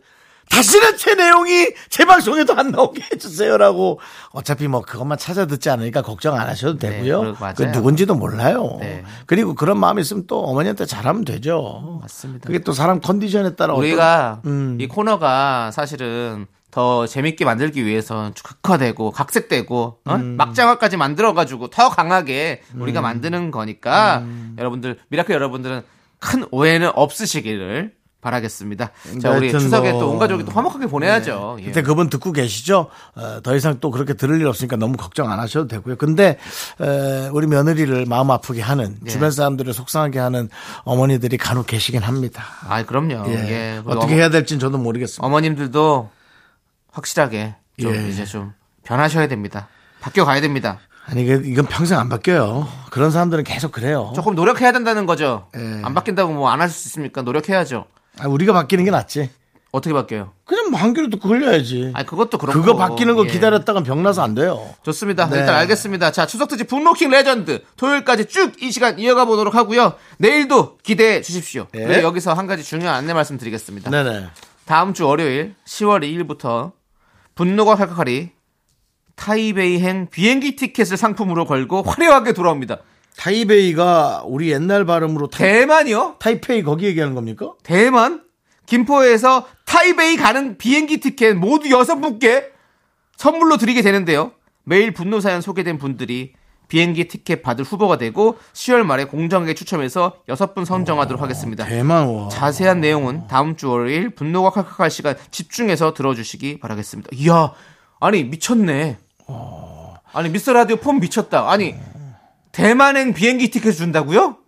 S1: 다시는 제 내용이 제 방송에도 안 나오게 해주세요라고 어차피 뭐 그것만 찾아 듣지 않으니까 걱정 안 하셔도 되고요.
S2: 네, 그거 맞아요.
S1: 그 누군지도 몰라요.
S2: 네.
S1: 그리고 그런 마음이 있으면 또 어머니한테 잘하면 되죠.
S2: 맞습니다.
S1: 그게 또 사람 컨디션에 따라
S2: 우리가
S1: 음.
S2: 이 코너가 사실은 더 재밌게 만들기 위해서 극화되고 각색되고 어?
S1: 음.
S2: 막장화까지 만들어가지고 더 강하게 우리가 만드는 거니까
S1: 음.
S2: 여러분들 미라클 여러분들은 큰 오해는 없으시기를 바라겠습니다. 자 우리
S1: 하여튼
S2: 추석에
S1: 뭐-
S2: 또 온 가족이 또 화목하게 보내야죠. 예.
S1: 그때 그분 듣고 계시죠? 어, 더 이상 또 그렇게 들을 일 없으니까 너무 걱정 안 하셔도 되고요. 근데 에, 우리 며느리를 마음 아프게 하는
S2: 예.
S1: 주변 사람들을 속상하게 하는 어머니들이 간혹 계시긴 합니다.
S2: 아 그럼요.
S1: 예.
S2: 예. 우리
S1: 어떻게 해야 될지는 저도 모르겠습니다.
S2: 어머, 님들도 확실하게 좀
S1: 예.
S2: 이제 좀 변하셔야 됩니다. 바뀌어 가야 됩니다.
S1: 아니 그, 이게- 이건 평생 안 바뀌어요. 그런 사람들은 계속 그래요.
S2: 조금 노력해야 된다는 거죠.
S1: 예.
S2: 안 바뀐다고 뭐 안 할 수 있습니까? 노력해야죠.
S1: 아, 우리가 바뀌는 게 낫지.
S2: 어떻게 바뀌어요?
S1: 그냥 뭐 한겨울도 걸려야지.
S2: 아 그것도 그렇고
S1: 그거 바뀌는 거
S2: 예.
S1: 기다렸다가 병나서 안 돼요.
S2: 좋습니다.
S1: 네.
S2: 일단 알겠습니다. 자, 추석 특집 북로킹 레전드 토요일까지 쭉 이 시간 이어가 보도록 하고요. 내일도 기대해 주십시오.
S1: 예.
S2: 그리고 여기서 한 가지 중요한 안내 말씀드리겠습니다.
S1: 네네.
S2: 다음 주 월요일 10월 2일부터 분노가 칼칼하리 타이베이행 비행기 티켓을 상품으로 걸고 화려하게 돌아옵니다.
S1: 타이베이가 우리 옛날 발음으로 타,
S2: 대만이요?
S1: 타이페이 거기 얘기하는 겁니까?
S2: 대만 김포에서 타이베이 가는 비행기 티켓 모두 여섯 분께 선물로 드리게 되는데요. 매일 분노 사연 소개된 분들이 비행기 티켓 받을 후보가 되고 10월 말에 공정하게 추첨해서 여섯 분 선정하도록 하겠습니다.
S1: 대만 와.
S2: 자세한 내용은 다음 주 월요일 분노가 칼칼할 시간 집중해서 들어주시기 바라겠습니다. 이야, 아니 미쳤네. 아니 미스터 라디오 폼 미쳤다. 아니 대만행 비행기 티켓 준다고요?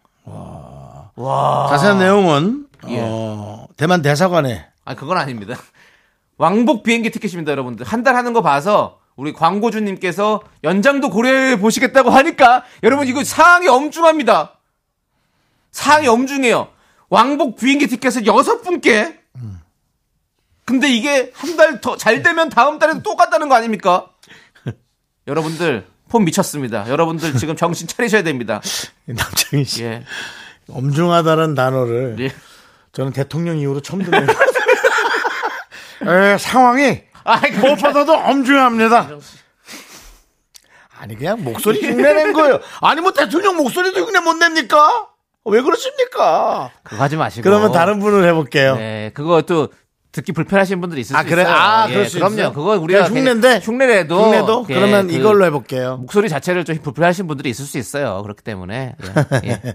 S1: 자세한 내용은
S2: 아. 예.
S1: 어, 대만 대사관에
S2: 아 그건 아닙니다. 왕복 비행기 티켓입니다, 여러분들. 한 달 하는 거 봐서 우리 광고주님께서 연장도 고려해 보시겠다고 하니까 여러분 이거 사항이 엄중합니다. 사항이 엄중해요. 왕복 비행기 티켓을 여섯 분께. 근데 이게 한 달 더 잘
S1: 네.
S2: 되면 다음 달에도 똑같다는 거 아닙니까? 여러분들 폼 미쳤습니다. 여러분들 지금 정신 차리셔야 됩니다.
S1: 남창희 씨
S2: 예.
S1: 엄중하다는 단어를
S2: 예.
S1: 저는 대통령 이후로 처음 듣는 에, 상황이
S2: 아이, 그
S1: 무엇보다도 엄중합니다. 아니 그냥 목소리 흉내낸 거예요. 아니 뭐 대통령 목소리도 흉내 못 냅니까? 왜 그러십니까?
S2: 그거 하지 마시고.
S1: 그러면 다른 분을 해볼게요.
S2: 네, 그거 또 듣기 불편하신 분들이 있을
S1: 어. 아,
S2: 수
S1: 그래?
S2: 있어요.
S1: 아, 그럴 수
S2: 예, 그럼요.
S1: 있어요.
S2: 그건 우리가
S1: 그냥 흉내인데?
S2: 흉내라도
S1: 흉내도
S2: 예,
S1: 그러면
S2: 그
S1: 이걸로 해볼게요.
S2: 목소리 자체를 좀 불편하신 분들이 있을 수 있어요. 그렇기 때문에 예, 예.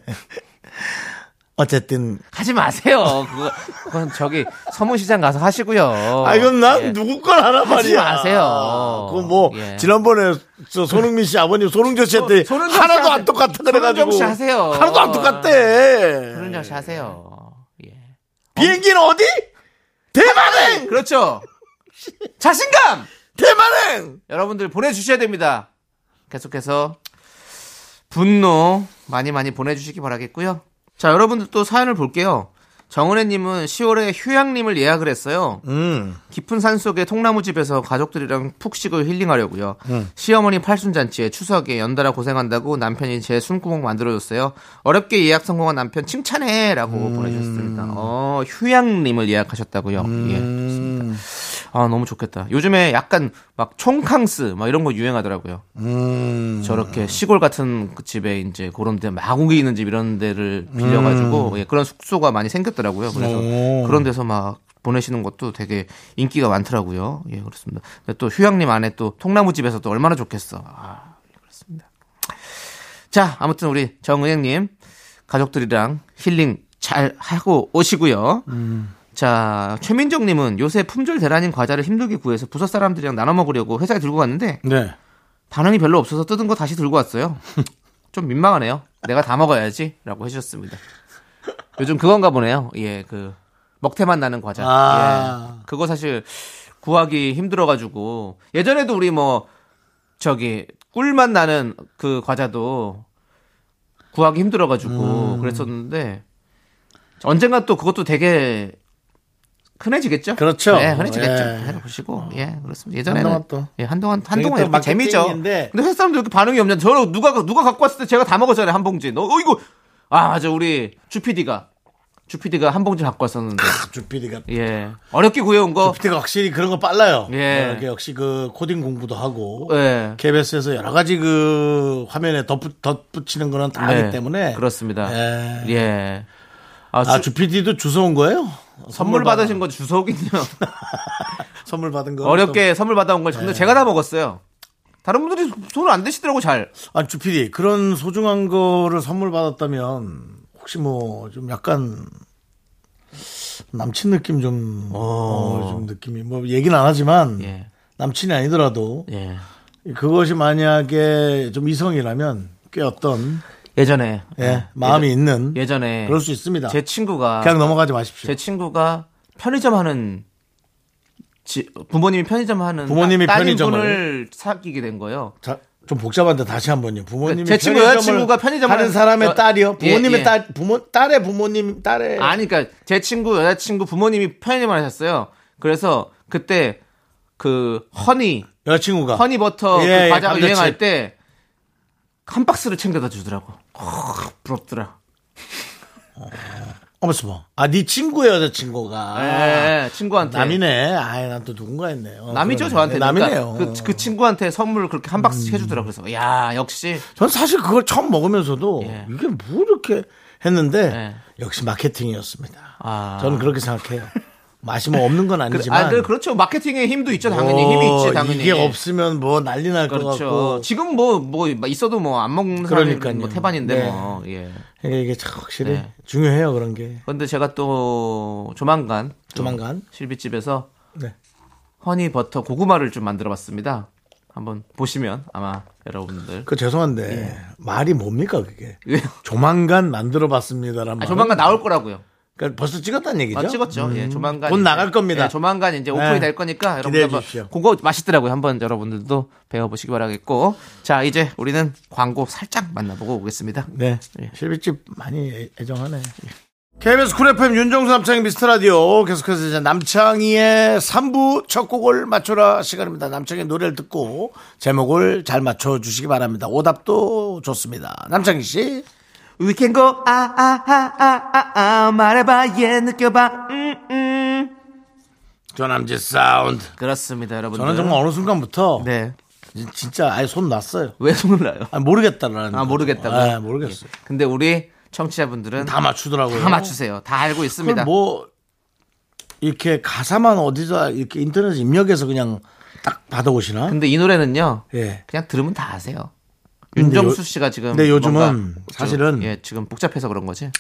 S1: 어쨌든
S2: 하지 마세요. 그거 그건 저기 서문시장 가서 하시고요.
S1: 아 이건 난
S2: 예.
S1: 누구 걸 하나
S2: 하지
S1: 말이야.
S2: 마세요.
S1: 그거 뭐
S2: 예.
S1: 지난번에 저 손흥민 씨 아버님 손흥민 씨한테
S2: 손- 손흥민 씨
S1: 하나도
S2: 하세요.
S1: 안 똑같다 그래가지고
S2: 손흥민 씨 하세요.
S1: 하나도 안 똑같대.
S2: 그런 정시 하세요. 예.
S1: 비행기는 어디? 대만행.
S2: 그렇죠. 자신감
S1: 대만행.
S2: 여러분들 보내주셔야 됩니다. 계속해서 분노 많이 많이 보내주시기 바라겠고요. 자, 여러분들 또 사연을 볼게요. 정은혜님은 10월에 휴양림을 예약을 했어요. 깊은 산 속의 통나무 집에서 가족들이랑 푹 쉬고 힐링하려고요. 시어머니 팔순잔치에 추석에 연달아 고생한다고 남편이 제 숨구멍 만들어줬어요. 어렵게 예약 성공한 남편 칭찬해라고 보내주셨습니다. 어, 휴양림을 예약하셨다고요. 예, 좋습니다.
S1: 음.
S2: 아 너무 좋겠다. 요즘에 약간 막 총캉스 막 이런 거 유행하더라고요. 저렇게 시골 같은 그 집에 이제 그런 데 마구이 있는 집 이런 데를 빌려가지고 예, 그런 숙소가 많이 생겼더라고요. 그래서 그런 데서 막 보내시는 것도 되게 인기가 많더라고요. 예 그렇습니다. 근데 또 휴양림 안에 또 통나무 집에서 또 얼마나 좋겠어. 아 예, 그렇습니다. 자 아무튼 우리 정은행님 가족들이랑 힐링 잘 하고 오시고요. 자, 최민정님은 요새 품절 대란인 과자를 힘들게 구해서 부서 사람들이랑 나눠 먹으려고 회사에 들고 갔는데
S1: 네.
S2: 반응이 별로 없어서 뜯은 거 다시 들고 왔어요. 좀 민망하네요. 내가 다 먹어야지. 라고 해주셨습니다. 요즘 그건가 보네요. 예, 그, 먹태만 나는 과자.
S1: 아.
S2: 예. 그거 사실 구하기 힘들어가지고 예전에도 우리 뭐, 저기, 꿀만 나는 그 과자도 구하기 힘들어가지고
S1: 음.
S2: 그랬었는데 언젠가 또 그것도 되게 흔해지겠죠?
S1: 그렇죠.
S2: 네, 흔해지겠죠.
S1: 예.
S2: 해보시고 예, 그렇습니다. 예전에는
S1: 한동안 또.
S2: 예, 한동안 한동안
S1: 또
S2: 이렇게 재미죠.
S1: 마케팅인데.
S2: 근데 회사 사람들 이렇게 반응이 없냐? 저 누가 누가 갖고 왔을 때 제가 다 먹었잖아요 한 봉지. 너 어, 이거 아 맞아 우리 주 PD가 주 PD가 한 봉지 갖고 왔었는데
S1: 주피디가
S2: 예 어렵게 구해온 거
S1: 주피디가 확실히 그런 거 빨라요.
S2: 예.
S1: 이렇게 역시 그 코딩 공부도 하고
S2: 예.
S1: KBS에서 여러 가지 그 화면에 덧붙, 덧붙이는 거는 다
S2: 예,
S1: 하기 때문에
S2: 그렇습니다.
S1: 예.
S2: 예. 아,
S1: 아
S2: 주-
S1: 주피디도 주워 온 거예요?
S2: 선물
S1: 받아-
S2: 받으신 거 주석이요.
S1: 선물 받은 거
S2: 어렵게 선물 받아온 걸
S1: 예.
S2: 근데 제가 다 먹었어요. 다른 분들이 손을 안 대시더라고 잘.
S1: 아 주피디 그런 소중한 거를 선물 받았다면 혹시 뭐 좀 약간 남친 느낌 좀, 어, 좀 느낌이 뭐 얘기는 안 하지만
S2: 예.
S1: 남친이 아니더라도
S2: 예.
S1: 그것이 만약에 좀 이성이라면 꽤 어떤
S2: 아, 예전에
S1: 예, 마음이 있는
S2: 예전에
S1: 그럴 수 있습니다. 그러니까
S2: 제 친구가
S1: 그냥 넘어가지 마십시오.
S2: 제 친구가 편의점 하는 지- 부모님이 편의점 하는
S1: 부모님이
S2: 따-
S1: 편의점을.
S2: 따님분을 사귀게 된 거예요.
S1: 자, 좀 복잡한데 다시 한번요. 부모님이
S2: 제 친구
S1: 편의점을
S2: 여자친구가 편의점을
S1: 하는 사람의
S2: 저-
S1: 딸이요.
S2: 예,
S1: 부모님의
S2: 예.
S1: 딸 부모 딸의 부모님 딸의
S2: 아니 그러니까 제 친구 여자친구 부모님이 편의점을 하셨어요. 그래서 그때 그 허니
S1: 여자친구가
S2: 허니 버터
S1: 예, 예,
S2: 그 과자가
S1: 감자칩.
S2: 유행할 때 한 박스를 챙겨다 주더라고. 아, 부럽더라.
S1: 어머 스머 아네 친구의 여자친구가
S2: 예, 친구한테
S1: 아, 남이네 아이 난 또 누군가 했네 어,
S2: 남이죠
S1: 그러네.
S2: 저한테.
S1: 남이네요
S2: 그러니까 그, 그 친구한테 선물을 그렇게 한 박스씩 해주더라고. 그래서 야 역시
S1: 전 사실 그걸 처음 먹으면서도
S2: 예.
S1: 이게 뭐 이렇게 했는데
S2: 예.
S1: 역시 마케팅이었습니다.
S2: 아.
S1: 저는 그렇게 생각해요. 맛이 뭐 없는 건
S2: 그,
S1: 아니지만
S2: 아, 네, 그렇죠. 마케팅의 힘도 있죠. 당연히 힘이 있지. 당연히
S1: 게 없으면 뭐 난리 날 것
S2: 그렇죠.
S1: 같고
S2: 지금 뭐 뭐 있어도 뭐 안 먹는 사람이
S1: 그러니까요.
S2: 뭐 태반인데
S1: 네.
S2: 뭐 예.
S1: 이게, 이게 참 확실히
S2: 네.
S1: 중요해요 그런 게
S2: 근데 제가 또 조만간 또
S1: 조만간.
S2: 실비집에서
S1: 네.
S2: 허니 버터 고구마를 좀 만들어봤습니다. 한번 보시면 아마 여러분들
S1: 그 죄송한데 말이 뭡니까 그게
S2: 예. 왜요?
S1: 조만간 만들어봤습니다란
S2: 아,
S1: 말
S2: 조만간 나올 거라고요.
S1: 그러니까 벌써 찍었다는 얘기죠? 음.
S2: 아, 찍었죠. 예, 조만간
S1: 곧
S2: 이제-
S1: 나갈 겁니다.
S2: 예, 조만간 이제 오픈이
S1: 네.
S2: 될 거니까 여러분들
S1: 기대해
S2: 한번
S1: 주십시오.
S2: 그거 맛있더라고요. 한번 여러분들도 배워보시기 바라겠고 자 이제 우리는 광고 살짝 만나보고 오겠습니다. 예.
S1: 네. 실비집 많이 애- 애정하네. 예. KBS 쿨 FM 윤정수 남창희 미스터 라디오 계속해서 이제 남창희의 3부 첫 곡을 맞춰라 시간입니다. 남창희 노래를 듣고 제목을 잘 맞춰주시기 바랍니다. 오답도 좋습니다. 남창희 씨.
S2: We can go 아, 아아아아아 말해봐 예 느껴봐 음음
S1: 조남지 사운드.
S2: 그렇습니다 여러분들
S1: 저는 정말 어느 순간부터
S2: 네.
S1: 진- 진짜 아예 손 놨어요.
S2: 왜 손을나요?
S1: 아, 모르겠다라는.
S2: 아 모르겠다고.
S1: 네, 모르겠어요.
S2: 예. 근데 우리 청취자분들은
S1: 다
S2: 다,
S1: 맞추더라고요.
S2: 맞추세요. 다 알고 있습니다.
S1: 그걸 뭐 이렇게 가사만 어디서 이렇게 인터넷 입력해서 그냥 딱 받아오시나?
S2: 근데 이 노래는요.
S1: 예.
S2: 그냥 들으면 다 아세요.
S1: 근데
S2: 윤정수
S1: 요-
S2: 씨가 지금
S1: 근데 요즘은
S2: 뭔가
S1: 사실은-
S2: 예, 지금 복잡해서 그런 거지.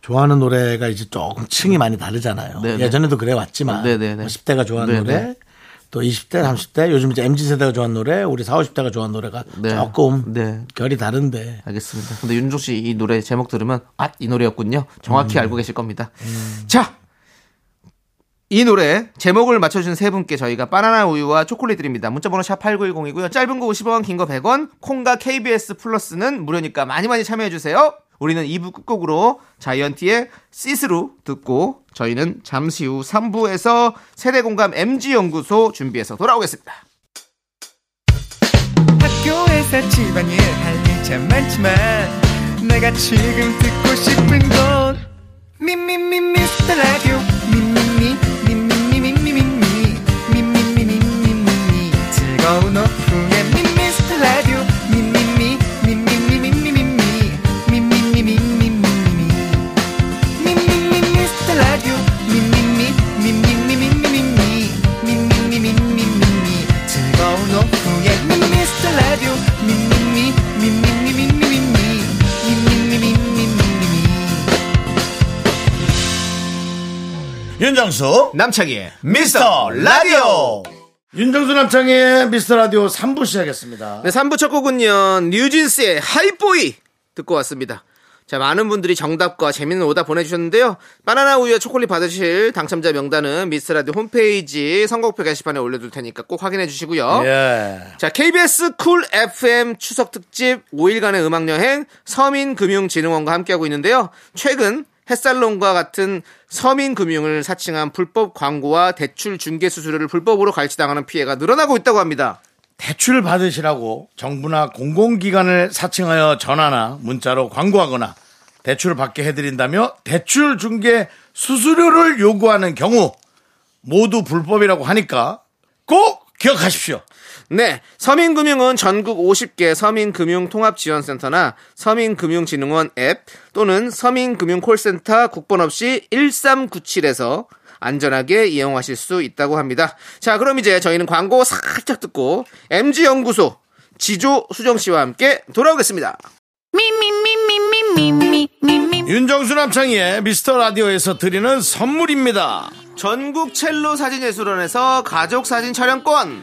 S1: 좋아하는 노래가 이제 조금 층이 많이 다르잖아요.
S2: 네네.
S1: 예전에도 그래 왔지만
S2: 네네네.
S1: 10대가 좋아하는
S2: 네네.
S1: 노래 또 20대, 30대 요즘 이제 MZ 세대가 좋아하는 노래 우리 40, 50대가 좋아하는 노래가
S2: 네.
S1: 조금
S2: 네.
S1: 결이 다른데
S2: 알겠습니다. 근데 윤종 씨 이 노래 제목 들으면 아 이 노래였군요. 정확히 알고 계실 겁니다. 자. 이 노래 제목을 맞춰주신 세 분께 저희가 바나나 우유와 초콜릿 드립니다. 문자번호 샵 8910이고요. 짧은 거 50원, 긴 거 100원, 콩과 KBS 플러스는 무료니까 많이 많이 참여해주세요. 우리는 2부 끝곡으로 자이언티의 시스루 듣고 저희는 잠시 후 3부에서 세대공감 MG연구소 준비해서 돌아오겠습니다.
S6: 학교에서 집안일 할 일 참 많지만 내가 지금 듣고 싶은 건 미미미 미스터 라디오 미미미 미미미 미미미 미미미 미미미 즐거운 오후에 미스터 라디오 미미미 미미미 미미미 미미미 미미미
S4: 윤정수
S2: 남창희의
S4: 미스터 라디오
S1: 윤정수 남창의 미스터 라디오 3부 시작했습니다.
S2: 네, 3부 첫 곡은요, 뉴진스의 하이보이 듣고 왔습니다. 자, 많은 분들이 정답과 재밌는 오답 보내주셨는데요. 바나나 우유와 초콜릿 받으실 당첨자 명단은 미스라디 홈페이지 선곡표 게시판에 올려둘 테니까 꼭 확인해 주시고요.
S1: 예.
S2: 자, KBS 쿨 FM 추석 특집 5일간의 음악 여행 서민금융진흥원과 함께하고 있는데요. 최근 햇살론과 같은 서민금융을 사칭한 불법 광고와 대출 중개 수수료를 불법으로 갈취당하는 피해가 늘어나고 있다고 합니다.
S1: 대출 받으시라고 정부나 공공기관을 사칭하여 전화나 문자로 광고하거나 대출을 받게 해드린다며 대출 중개 수수료를 요구하는 경우 모두 불법이라고 하니까 꼭 기억하십시오.
S2: 네, 서민금융은 전국 50개 서민금융통합지원센터나 서민금융진흥원 앱 또는 서민금융콜센터 국번 없이 1397에서 안전하게 이용하실 수 있다고 합니다. 자, 그럼 이제 저희는 광고 살짝 듣고 MG연구소 지조 수정 씨와 함께 돌아오겠습니다.
S1: 윤정수 남창희의 미스터 라디오에서 드리는 선물입니다.
S2: 전국 첼로 사진예술원에서 가족 사진 촬영권,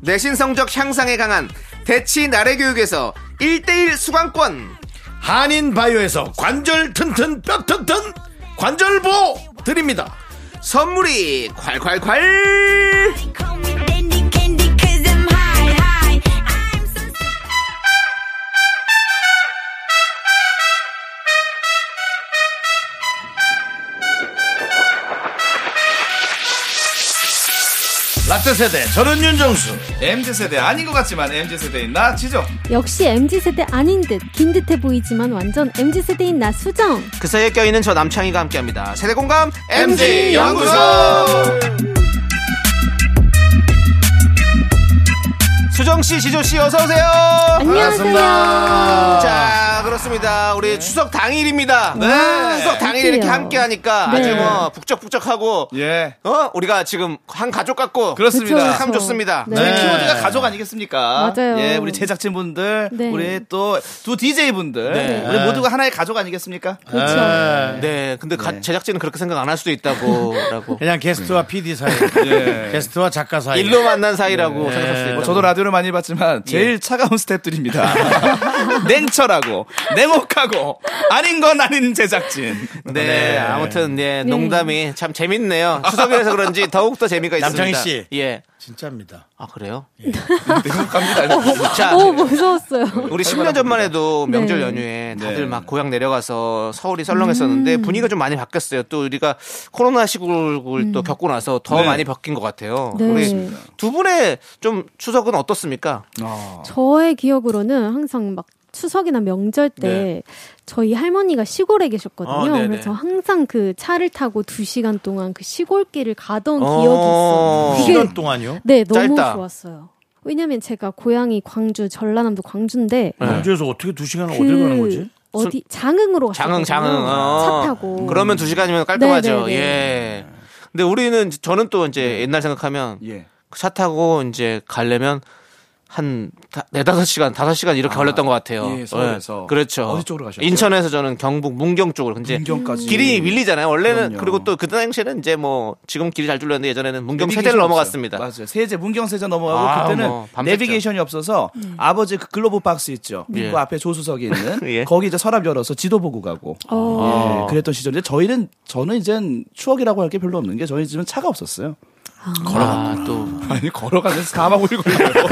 S2: 내신 성적 향상에 강한 대치 나래 교육에서 1대1 수강권.
S1: 한인 바이오에서 관절 튼튼 뼈 튼튼 관절보 드립니다.
S2: 선물이 콸콸콸!
S3: Call me Dandy Candy cause I'm high, high. I'm so
S1: 라떼 세대 저는 윤정수
S4: MZ세대 아닌 것 같지만 MZ세대인 나 지죠
S7: 역시 MZ세대 아닌 듯, 긴 듯해 보이지만 완전 MZ세대인 나 수정.
S2: 그 사이에 껴있는 저 남창희가 함께합니다. 세대 공감 MZ
S4: MZ
S2: 연구소.
S4: 연구소!
S2: 수정 씨, 지조 씨, 어서 오세요.
S7: 안녕하세요.
S2: 자, 그렇습니다. 우리 추석 당일입니다. 추석 당일 이렇게
S7: 그래요.
S2: 함께하니까
S7: 네.
S2: 아주 뭐 북적북적하고
S4: 예
S2: 어 우리가 지금 한 가족 같고
S4: 어, 그렇습니다
S7: 그쵸.
S2: 참 좋습니다.
S7: 네.
S4: 저희 키워드가 가족 아니겠습니까?
S7: 맞아요.
S4: 예, 우리 제작진분들,
S7: 네.
S4: 우리 또 두 DJ분들, 우리 모두가 하나의 가족 아니겠습니까?
S7: 그렇죠.
S2: 네, 근데 가- 제작진은 그렇게 생각 안 할 수도 있다고라고
S1: 그냥 게스트와 PD 사이 게스트와 작가 사이
S2: 일로 만난 사이라고 생각할 수도 있다.
S4: 뭐 저도 라디오를 많이 봤지만
S2: 예.
S4: 제일 차가운 스탭들입니다. 냉철하고 냉혹하고 아닌 건 아닌 제작진.
S2: 네, 아무튼
S7: 네.
S2: 예, 농담이 참 재밌네요. 추석이라서 그런지 더욱 더 재미가 있습니다.
S1: 남창희 씨.
S2: 예.
S1: 진짜입니다.
S2: 아 그래요?
S4: 냉혹합니다.
S2: 자,
S7: 오, 무서웠어요.
S2: 우리 10년 전만 해도 명절
S7: 네.
S2: 연휴에 다들
S4: 네.
S2: 막 고향 내려가서 서울이 썰렁했었는데
S7: 음.
S2: 분위기가 좀 많이 바뀌었어요. 또 우리가 코로나 시국을 또 겪고 나서 더
S4: 네.
S2: 많이 바뀐 것 같아요.
S7: 음. 네.
S2: 우리 두 분의 좀 추석은 어떻습니까? 아.
S7: 저의 기억으로는 항상 막 추석이나 명절 때 저희 할머니가 시골에 계셨거든요.
S2: 네. 아, 네네.
S7: 그래서 항상 그 차를 타고 두 시간 동안 그 시골길을 가던
S2: 어.
S7: 기억이 있어요. 그게-
S1: 2년 동안요?
S7: 네, 너무
S2: 짧다.
S7: 좋았어요. 왜냐면 제가 고향이 광주, 전라남도 광주인데
S2: 네,
S1: 광주에서 어떻게 두 시간을
S7: 그
S1: 어딜 가는 거지?
S7: 어디 장흥으로
S2: 장흥
S7: 갔어요.
S2: 장흥 어.
S7: 차 타고.
S2: 그러면 두 시간이면 깔끔하죠.
S7: 네, 네, 네.
S2: 예. 근데 우리는 이제- 저는 또
S4: 네.
S2: 이제 옛날 생각하면
S4: 예.
S2: 그차 타고 이제 가려면 한 다- 네다섯 시간 다섯 시간 이렇게 걸렸던 것 같아요.
S4: 예, 서울에서.
S2: 예, 그렇죠.
S4: 어디 쪽으로 가셨죠?
S2: 인천에서 저는 경북 문경 쪽으로. 근데
S4: 문경까지. 음.
S2: 길이 밀리잖아요. 원래는
S4: 그럼요.
S2: 그리고 또 그 당시에는 이제 뭐 지금 길이 잘 뚫렸는데 예전에는 문경 세대를
S4: 네, 내비게이션이
S2: 넘어갔습니다.
S4: 없어요. 맞아요. 세제 문경 세제 넘어가고
S2: 아,
S4: 그때는
S2: 뭐, 밤새죠.
S4: 내비게이션이 없어서
S7: 음.
S4: 아버지 그 글로브 박스 있죠.
S2: 예.
S4: 그 앞에 조수석이 있는
S2: 예.
S4: 거기 이제 서랍 열어서 지도 보고 가고.
S7: 어,
S4: 예, 그랬던 시절인데 저희는 저는 이젠 추억이라고 할 게 별로 없는 게 저희 집은 차가 없었어요.
S2: 아, 또
S4: 아니 걸어가는 4박 5일 걸려요.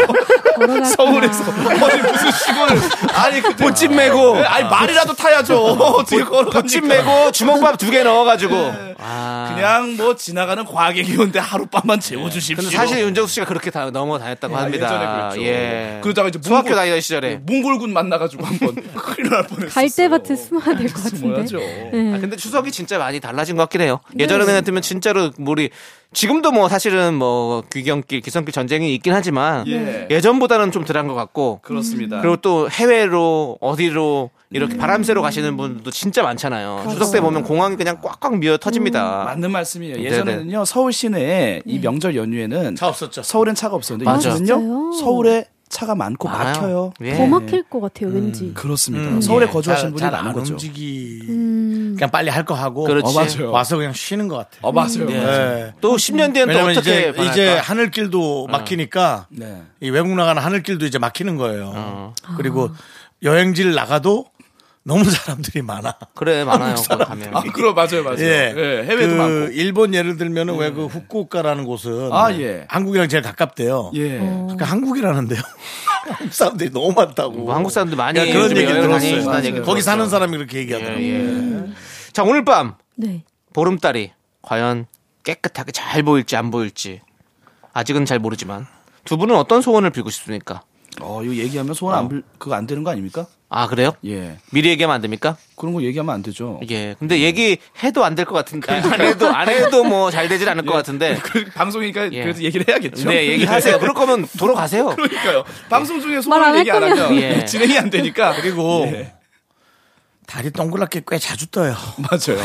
S7: 걸어갔구나.
S4: 서울에서 아니 무슨 시골 아니 보침 메고 아니 말이라도 타야죠. 어떻게 걸어가?
S2: 집 메고 주먹밥 두 개 넣어가지고. 아.
S4: 그냥 뭐 지나가는 과객이 오는데 하룻밤만 재워주십시오.
S2: 근데 사실 윤정수 씨가 그렇게 다 넘어 다녔다고 합니다.
S4: 예전에 그랬죠.
S2: 예.
S4: 그러다가 이제
S2: 중학교
S4: 몽골-
S2: 다니던 시절에.
S4: 예, 몽골군 만나가지고 한번 큰일 날 뻔했어요.
S7: 갈대밭에 숨어야 될 것 같은데. 음.
S4: 숨어야죠.
S2: 아, 근데 추석이 진짜 많이 달라진 것 같긴 해요.
S4: 네.
S2: 예전에는 같으면 진짜로 우리 지금도 뭐 사실은 뭐 귀경길, 기성길 전쟁이 있긴 하지만
S4: 예.
S2: 예. 전보다는좀 덜한 것 같고
S4: 그렇습니다. 음.
S2: 그리고 또 해외로 어디로 이렇게 바람 쐬러 가시는 분들도 진짜 많잖아요. 추석 때 보면 공항이 그냥 꽉꽉 미어 터집니다.
S4: 그렇죠. 음, 맞는 말씀이에요. 예전에는요 서울 시내에 이 명절 연휴에는
S1: 차 없었죠.
S4: 서울엔 차가 없었는데
S2: 맞아.
S4: 요즘은요
S7: 네. 진짜요?
S4: 서울에 차가 많고
S2: 많아요.
S4: 막혀요. 어,
S2: 예. 음.
S7: 더 막힐 것 같아요, 왠지.
S4: 그렇습니다. 서울에
S1: 예, 잘-
S4: 거주하시는 분이
S1: 잘
S4: 많은
S1: 안
S4: 거죠.
S1: 움직이
S7: 음.
S1: 그냥 빨리 할 거 하고
S2: 그렇지.
S4: 어, 맞아요.
S1: 그렇죠. 와서 그냥 쉬는 것 같아요.
S4: 어 맞아요. 맞아요.
S1: 네.
S2: 또 10년 뒤엔 또
S1: 왜냐면
S2: 어떻게
S1: 이제
S2: 변할까?
S1: 이제 하늘길도 막히니까
S4: 네.
S1: 이 외국 나가는 하늘길도 이제 막히는 거예요.
S2: 어,
S1: 그리고 여행지를 나가도 너무 사람들이 많아.
S2: 그래 많아요. 거기 가면.
S4: 아 그럼 맞아요, 맞아요. 예, 해외도
S1: 그
S7: 어.
S4: 많고.
S1: 일본 예를 들면은 왜 그 후쿠오카라는 곳은
S4: 아, 예.
S1: 한국이랑 제일 가깝대요.
S4: 예.
S1: 그러니까 한국이라는데요. 한국 사람들이 너무 많다고.
S2: 뭐 한국 사람들 많이
S1: 그러니까 그런
S2: 요즘에
S1: 얘기
S2: 여행
S1: 들었어요.
S2: 다니시다는 얘기
S1: 거기
S2: 들었죠.
S1: 사는 사람이 그렇게 얘기하더라고요.
S2: 예. 자 오늘 밤
S7: 네.
S2: 보름달이 과연 깨끗하게 잘 보일지 안 보일지 아직은 잘 모르지만 두 분은 어떤 소원을 빌고 싶습니까?
S4: 어, 이거 얘기하면 소원 안 불, 그거 안 되는 거 아닙니까?
S2: 아 그래요?
S4: 예.
S2: 미리 얘기하면 안 됩니까?
S4: 그런 거 얘기하면 안 되죠.
S2: 예. 근데 얘기해도 안 될 것 같은데 안 해도 안 해도 뭐 잘 되질 않을 것 같은데
S4: 그 방송이니까
S2: 예.
S4: 그래도 얘기를 해야겠죠.
S2: 네 얘기하세요. 그럴 거면 돌아가세요.
S4: 그렇죠. 그러니까요. 방송 중에
S7: 말안
S4: 소원을
S7: 할
S4: 얘기 안 하면
S2: 거면. 예.
S4: 진행이 안 되니까. 예.
S1: 그리고 달이 동그랗게 꽤 자주 떠요.
S4: 맞아요.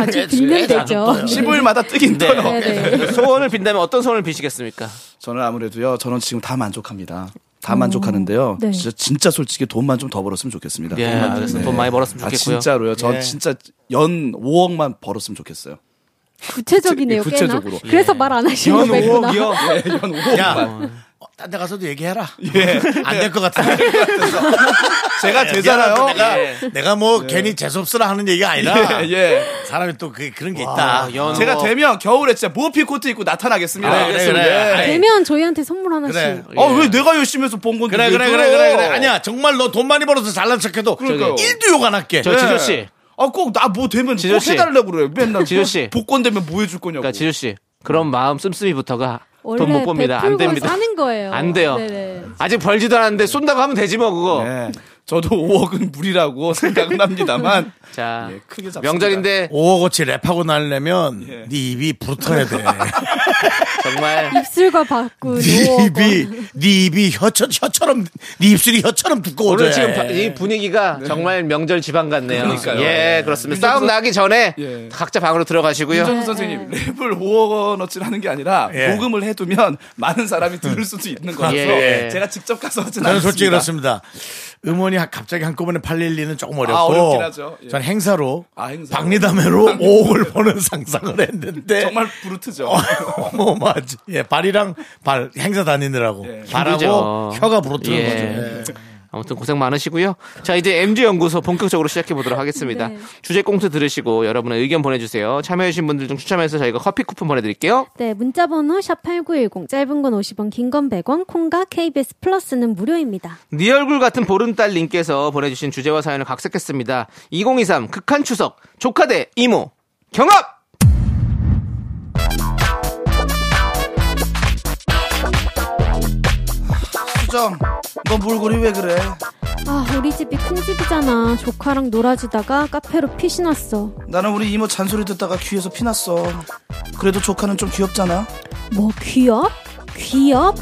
S7: 아주 빌면 되죠.
S4: 네, 15일마다 뜨긴
S2: 네.
S4: 떠요.
S7: 네, 네.
S2: 소원을 빈다면 어떤 소원을 비시겠습니까?
S4: 저는 아무래도요. 저는 지금 다 만족합니다. 다 만족하는데요.
S7: 네.
S4: 진짜, 진짜 솔직히 돈만 좀 더 벌었으면 좋겠습니다.
S2: 예,
S4: 돈만 좀.
S2: 알겠습니다.
S4: 네.
S2: 돈 많이 벌었으면
S4: 아,
S2: 좋겠고요.
S4: 진짜로요. 전
S1: 예.
S4: 진짜 연 5억만 벌었으면 좋겠어요.
S7: 구체적이네요,
S4: 구-
S7: 꽤나.
S4: 구체적으로.
S7: 그래서 말 안 하시는
S4: 연
S7: 거구나.
S4: 5억이요? 예, 연 5억.
S1: 야, 뭐, 어, 딴 데 가서도 얘기해라.
S4: 예.
S1: 안 될 것 같은데.
S4: 제가 되잖아요.
S1: 미안한데 내가,
S4: 예.
S1: 내가 뭐 괜히 재수없으라 하는 얘기가 아니라
S4: 예, 예.
S1: 사람이 또 그, 그런 게 있다.
S4: 제가 되면 겨울에 진짜 모피 코트 입고 나타나겠습니다.
S1: 그래, 그래, 그래.
S4: 예.
S7: 되면 저희한테 선물 하나씩.
S1: 그래.
S4: 아, 왜 내가 열심히 해서 번 건데.
S1: 그래,
S4: 왜
S1: 그래, 그래,
S4: 그래요?
S1: 그래, 그래. 아니야, 정말 너 돈 많이 벌어서 잘난 척해도
S4: 그러니까요.
S1: 1도 욕 안 할게.
S4: 예.
S8: 저 지조 씨,
S4: 아, 꼭 나 뭐 되면
S8: 지조
S4: 꼭
S8: 씨.
S4: 해달라고 그래요. 맨날.
S8: 지조 씨.
S4: 복권 되면 뭐 해줄 거냐고.
S8: 그러니까 지조 씨 그런 마음 씀씀이부터가 돈
S7: 원래
S8: 못 봅니다.
S7: 베풀고
S8: 안 됩니다.
S7: 사는 거예요.
S8: 안 돼요.
S7: 어, 네네.
S8: 아직 벌지도 않았는데 쏜다고 하면 되지 뭐 그거.
S4: 예. 저도 5억은 무리라고 생각은 합니다만.
S8: 자,
S4: 예, 크게 잡습니다.
S8: 명절인데
S1: 5억어치 랩하고 날려면
S4: 예.
S1: 네 입이 붙어야 돼.
S4: 아,
S8: 정말
S4: 네.
S7: 입술과 바꾼
S1: 네
S7: 오억 원.
S1: 입이, 네 입이 혀처, 혀처럼, 네 입술이 혀처럼 두꺼워져.
S8: 오늘 지금 바-
S4: 예,
S8: 이 분위기가 정말 명절 지방 같네요.
S4: 네. 그러니까요.
S8: 예, 그렇습니다. 싸움 나기 전에
S4: 예.
S8: 각자 방으로 들어가시고요.
S4: 김정수 선생님 랩을 5억 원어치를 하는 게 아니라
S1: 예.
S4: 녹음을 해두면 많은 사람이 들을 수도 있는 거라서
S8: 예.
S4: 제가 직접 가서 하진 않습니다.
S1: 저는 솔직히 그렇습니다. 음원이 하- 갑자기 한꺼번에 팔릴 리는 조금 어렵고.
S4: 아, 어렵긴 하죠. 예.
S1: 전 행사로,
S4: 아, 행사로.
S1: 박리담회로 5억을 버는 상상을 했는데.
S4: 정말 브루트죠.
S1: 네. 어, 맞아. 예, 발이랑 발, 행사 다니느라고.
S4: 예.
S1: 발하고
S8: 힘들죠.
S1: 혀가 부러뜨는
S8: 예.
S1: 거죠. 예.
S8: 아무튼 고생 많으시고요. 자, 이제 MG 연구소 본격적으로 시작해 보도록 하겠습니다.
S7: 네.
S8: 주제 꽁트 들으시고 여러분의 의견 보내주세요. 참여해주신 분들 중 추첨해서 저희가 커피 쿠폰 보내드릴게요.
S7: 네, 문자번호 샵8910, 짧은 건 50원, 긴 건 100원, 콩과 KBS 플러스는 무료입니다.
S8: 네 얼굴 같은 보름달 님께서 보내주신 주제와 사연을 각색했습니다. 2023 극한 추석 조카 대 이모 경합.
S4: 수정, 너 몰골이 왜 그래?
S7: 아, 우리 집이 큰 집이잖아. 조카랑 놀아주다가 카페로 피신 왔어.
S4: 나는 우리 이모 잔소리 듣다가 귀에서 피났어. 그래도 조카는 좀 귀엽잖아.
S7: 뭐, 귀엽? 귀엽?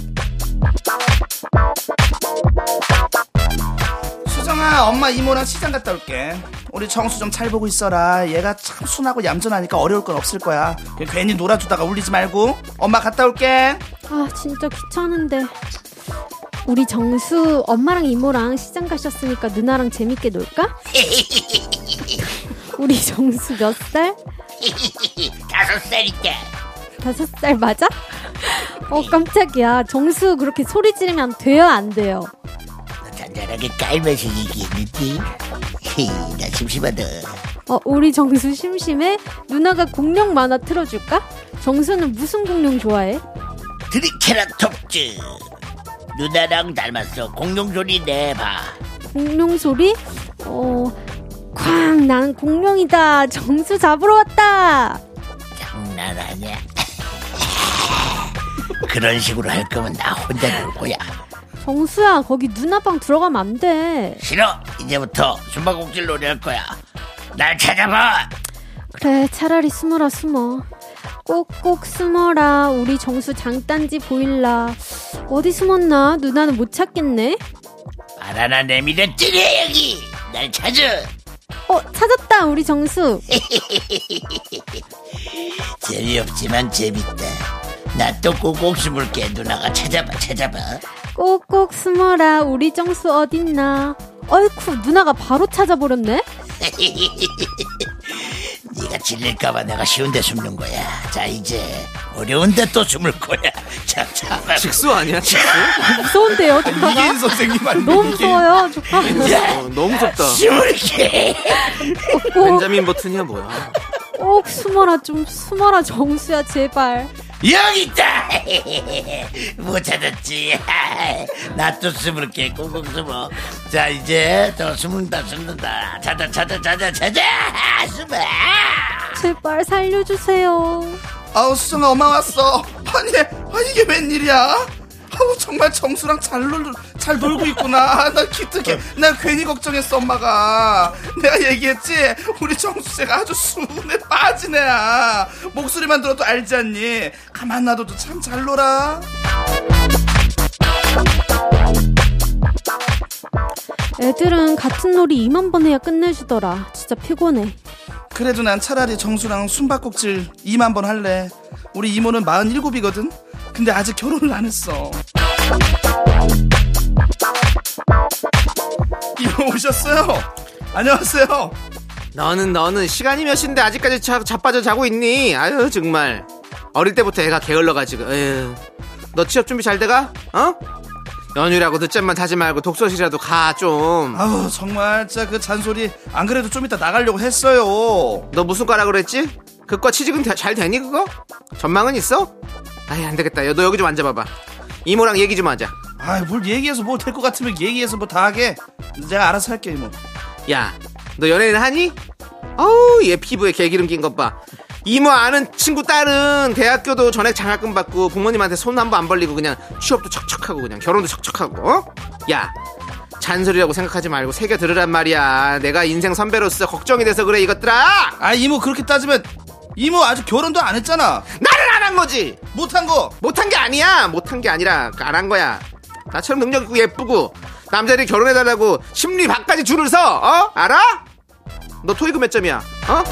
S4: 수정아, 엄마 이모랑 시장 갔다 올게. 우리 정수 좀 잘 보고 있어라. 얘가 참 순하고 얌전하니까 어려울 건 없을 거야. 그냥 괜히 놀아주다가 울리지 말고. 엄마 갔다 올게.
S7: 아, 진짜 귀찮은데. 우리 정수 엄마랑 이모랑 시장 가셨으니까 누나랑 재밌게 놀까? 우리 정수 몇 살?
S3: 다섯 살인데
S7: 다섯 살 맞아? 어 깜짝이야. 정수 그렇게 소리 지르면 돼요 안 돼요?
S5: 잔잔하게 깔면서 얘기했는지 나 심심하다
S7: 어 우리 정수 심심해? 누나가 공룡 만화 틀어줄까? 정수는 무슨 공룡 좋아해?
S5: 드리케라톱즈 누나랑 닮았어 공룡 소리 내봐
S7: 공룡 소리? 어. 쾅! 난 공룡이다! 정수 잡으러 왔다!
S5: 장난하냐 그런 식으로 할 거면 나 혼자 놀 거야
S7: 정수야, 거기 누나방 들어가면 안 돼.
S5: 싫어 이제부터 숨바꼭질 놀이 할 거야 날 찾아봐
S7: 그래, 차라리 숨어라, 숨어. 꼭꼭 숨어라. 우리 정수 장단지 보일라. 어디 숨었나? 누나는 못 찾겠네?
S5: 말 하나 내밀어 찌려 여기 날 찾아
S7: 어, 찾았다, 우리 정수.
S5: 재미없지만 재밌다 나 또 꼭꼭 숨을게 누나가 찾아봐 찾아봐
S7: 꼭꼭 숨어라, 우리 정수 어딨나? 어이쿠, 누나가 바로 찾아버렸네?
S5: 네가 질릴까봐 내가 쉬운데 숨는 거야. 자 이제 어려운데 또 숨을 거야. 자 자.
S8: 직수 아니야 직수?
S7: 무서운데요, 조카가?
S4: 이기인 예. 선생님 아니에요?
S7: 너무 무서워요, 조카.
S5: 예.
S8: 어, 너무 무섭다.
S5: 숨을게.
S7: 꼭,
S8: 벤자민 버튼이야 뭐야?
S7: 꼭 어, 숨어라, 좀 숨어라, 정수야, 제발.
S5: 여기 있다. 못 찾았지. 나 또 숨을게. 꽁꽁 숨어. 자 이제 또 숨는다 숨는다. 찾아 찾아 찾아 찾아 숨어.
S7: 제발 살려주세요.
S4: 아우, 수정아, 엄마 왔어. 아니, 아, 이게 웬일이야? 아우, 정말 정수랑 잘, 놀, 잘 놀고 있구나. 아, 나 기특해. 나 괜히 걱정했어, 엄마가. 내가 얘기했지? 우리 정수쟤가 아주 수분에 빠진 애야. 목소리만 들어도 알지 않니? 가만 놔둬도 참 잘 놀아.
S7: 애들은 같은 놀이 2만 번 해야 끝내주더라. 진짜 피곤해.
S4: 그래도 난 차라리 정수랑 숨바꼭질 2만 번 할래. 우리 이모는 47이거든? 근데 아직 결혼을 안 했어. 이모 오셨어요? 안녕하세요.
S2: 너는 너는 시간이 몇인데 아직까지 자, 자빠져 자고 있니? 아유 정말 어릴 때부터 애가 게을러가지고 에휴 너 취업 준비 잘 돼가? 어? 연휴라고 늦잠만 자지 말고 독서실이라도 가 좀
S4: 아우 정말 진짜 그 잔소리 안 그래도 좀 이따 나가려고 했어요
S2: 너 무슨 과라 그랬지? 그과 취직은 되- 잘 되니 그거? 전망은 있어? 아이 안 되겠다. 야, 너 여기 좀 앉아봐봐. 이모랑 얘기 좀 하자.
S4: 아뭘 얘기해서 뭐 될 것 같으면 얘기해서 뭐 다 하게 내가 알아서 할게 이모
S2: 야, 너 연예인 하니? 어우, 얘 피부에 개기름 낀 것 봐. 이모 아는 친구 딸은 대학교도 전액 장학금 받고 부모님한테 손 한 번 안 벌리고 그냥 취업도 척척하고 그냥 결혼도 척척하고. 어? 야, 잔소리라고 생각하지 말고 새겨 들으란 말이야. 내가 인생 선배로서 걱정이 돼서 그래 이것들아.
S4: 아 이모 그렇게 따지면 이모 아직 결혼도 안 했잖아
S2: 나를 안 한 거지.
S4: 못한 거
S2: 못한 게 아니야. 못한 게 아니라 그 안 한 거야. 나처럼 능력 있고 예쁘고 남자들이 결혼해달라고 심리 밖까지 줄을 서. 어? 알아? 너 토익은 몇 점이야? 어?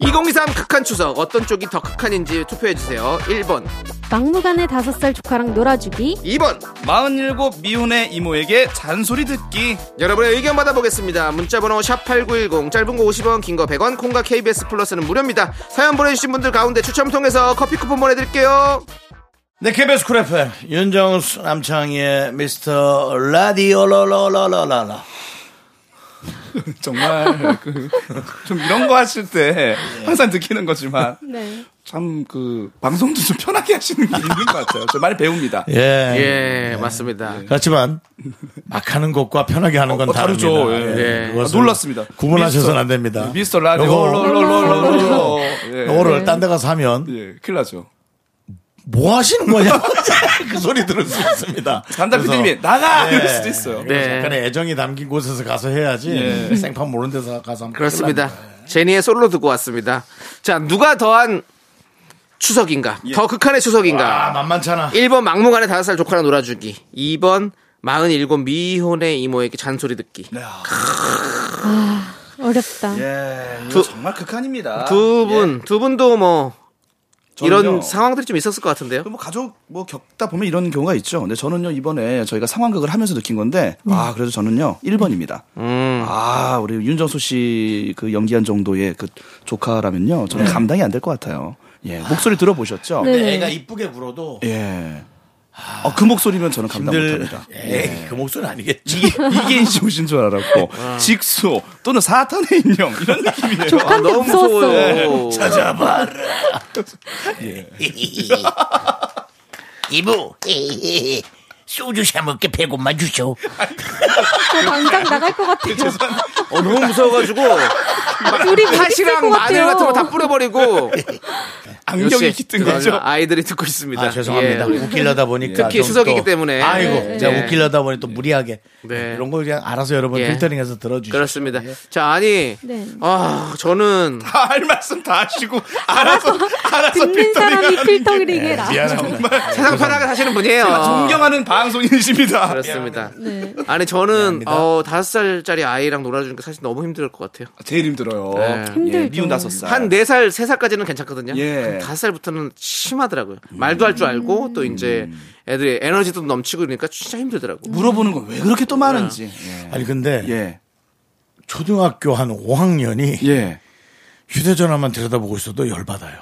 S2: 2023 극한 추석 어떤 쪽이 더 극한인지 투표해 주세요. 1번,
S7: 막무가내 다섯 살 조카랑 놀아주기
S2: 2번.
S4: 47 미혼의 이모에게 잔소리 듣기
S2: 여러분의 의견 받아보겠습니다. 문자번호 샵8910 짧은 거 50원 긴 거 100원 콩과 KBS 플러스는 무료입니다. 사연 보내주신 분들 가운데 추첨 통해서 커피 쿠폰 보내드릴게요.
S1: 네, KBS 쿨 FM 윤정수 남창희의 미스터 라디오 러러러러러러
S4: 정말 그 좀 이런 거 하실 때 항상 느끼는 거지만
S7: 네.
S4: 참 그 방송도 좀 편하게 하시는 게 있는 것 같아요. 저 많이 배웁니다.
S1: 예.
S2: 예, 맞습니다.
S1: 그렇지만 막 하는 것과 편하게 하는 건
S4: 어,
S1: 다릅니다.
S4: 다르죠. 예.
S2: 예.
S1: 그것은
S4: 놀랐습니다.
S1: 구분하셔서는
S4: 미스터-
S1: 안 됩니다.
S4: 미스터 라디오
S1: 요거-
S4: 롤롤롤롤롤. 예.
S1: 요거를 딴 데 가서 하면
S4: 예, 큰일 나죠.
S1: 뭐 하시는 거냐 그 소리 들을 수 있습니다.
S4: 담당
S1: 그래서
S4: PD님이 예. 나가!
S1: 예.
S4: 이럴 수도 있어요.
S1: 그래서
S2: 네.
S1: 약간의 애정이 담긴 곳에서 가서 해야지
S4: 예.
S1: 생판 모르는 데서 가서 하면
S2: 그렇습니다. 제니의 솔로 듣고 왔습니다. 자, 누가 더한 추석인가? 더 극한의
S1: 아
S2: 추석인가?
S1: 만만찮아.
S2: 1번 막무가내 5살 조카랑 놀아주기. 2번 47 미혼의 이모에게 잔소리 듣기.
S7: 어렵다.
S4: 예, 이거
S2: 두-
S4: 정말 극한입니다. 예,
S2: 두 분, 두 분도 뭐 이런
S4: 저는요.
S2: 상황들이 좀 있었을 것 같은데요.
S4: 뭐 가족 뭐 겪다 보면 이런 경우가 있죠. 근데 저는요 이번에 저희가 상황극을 하면서 느낀 건데
S7: 네.
S4: 아 그래도 저는요 1번입니다. 아 우리 윤정수 씨 그 연기한 정도의 그 조카라면요 저는 감당이 안 될 것 같아요. 예 목소리 들어보셨죠?
S7: 네.
S1: 애가 이쁘게 불어도
S4: 예. 어, 그 목소리면 저는 감당
S1: 힘들.
S4: 못합니다.
S1: 에이, 그 목소리 아니겠지.
S4: 이게 이게 인심이신 줄 알았고 직소 또는 사탄의 인형 이런 느낌이에요.
S2: 아, 너무
S7: 무서웠어. 예.
S2: 무서워요.
S1: 찾아봐.
S9: 이모 소주 사 먹게 배고만 주쇼.
S7: 저 당장 나갈 것 같아요.
S2: 어, 너무 무서워가지고
S7: 둘이 부딪힐
S2: 팥이랑
S7: 것
S2: 마늘
S7: 같아요.
S2: 같은 거 다 뿌려버리고
S4: 안경이
S2: 역시
S4: 깃든 거죠.
S2: 아이들이 듣고 있습니다.
S1: 아, 죄송합니다.
S2: 예, 우리
S1: 웃기려다 보니까.
S2: 특히
S1: 좀
S2: 추석이기
S1: 또-
S2: 때문에.
S1: 아이고,
S2: 예.
S1: 제가
S2: 예.
S1: 웃기려다 보니 또 무리하게.
S2: 네.
S1: 이런 걸 그냥 알아서 여러분
S2: 예.
S1: 필터링해서 들어주시죠.
S2: 그렇습니다. 자, 아니,
S7: 네.
S2: 아, 저는
S4: 다 할 말씀 다 하시고 알아서 알아서
S7: 듣는 사람이
S4: 필터링
S7: 필터링 해라.
S1: 미안합니다.
S2: 세상 편하게 사시는 분이에요.
S4: 존경하는 방송인이십니다.
S2: 아. 그렇습니다. 아니, 저는, 어, 다섯 살짜리 아이랑 놀아주니까 사실 너무 힘들 것 같아요.
S4: 제일 힘들어요.
S2: 네.
S7: 힘들죠.
S4: 예, 미운 다섯
S1: 아.
S4: 살.
S2: 한 네 살, 세 살까지는 괜찮거든요. 한
S4: 예.
S2: 다섯 살부터는 심하더라고요. 말도 할 줄 알고, 또 이제
S1: 음.
S2: 애들이 에너지도 넘치고 그러니까 진짜 힘들더라고.
S4: 물어보는 건 왜 그렇게 또 많은지.
S1: 아니, 근데
S4: 예.
S1: 초등학교 한 5학년이
S4: 예. 예.
S1: 휴대전화만 들여다보고 있어도 열받아요.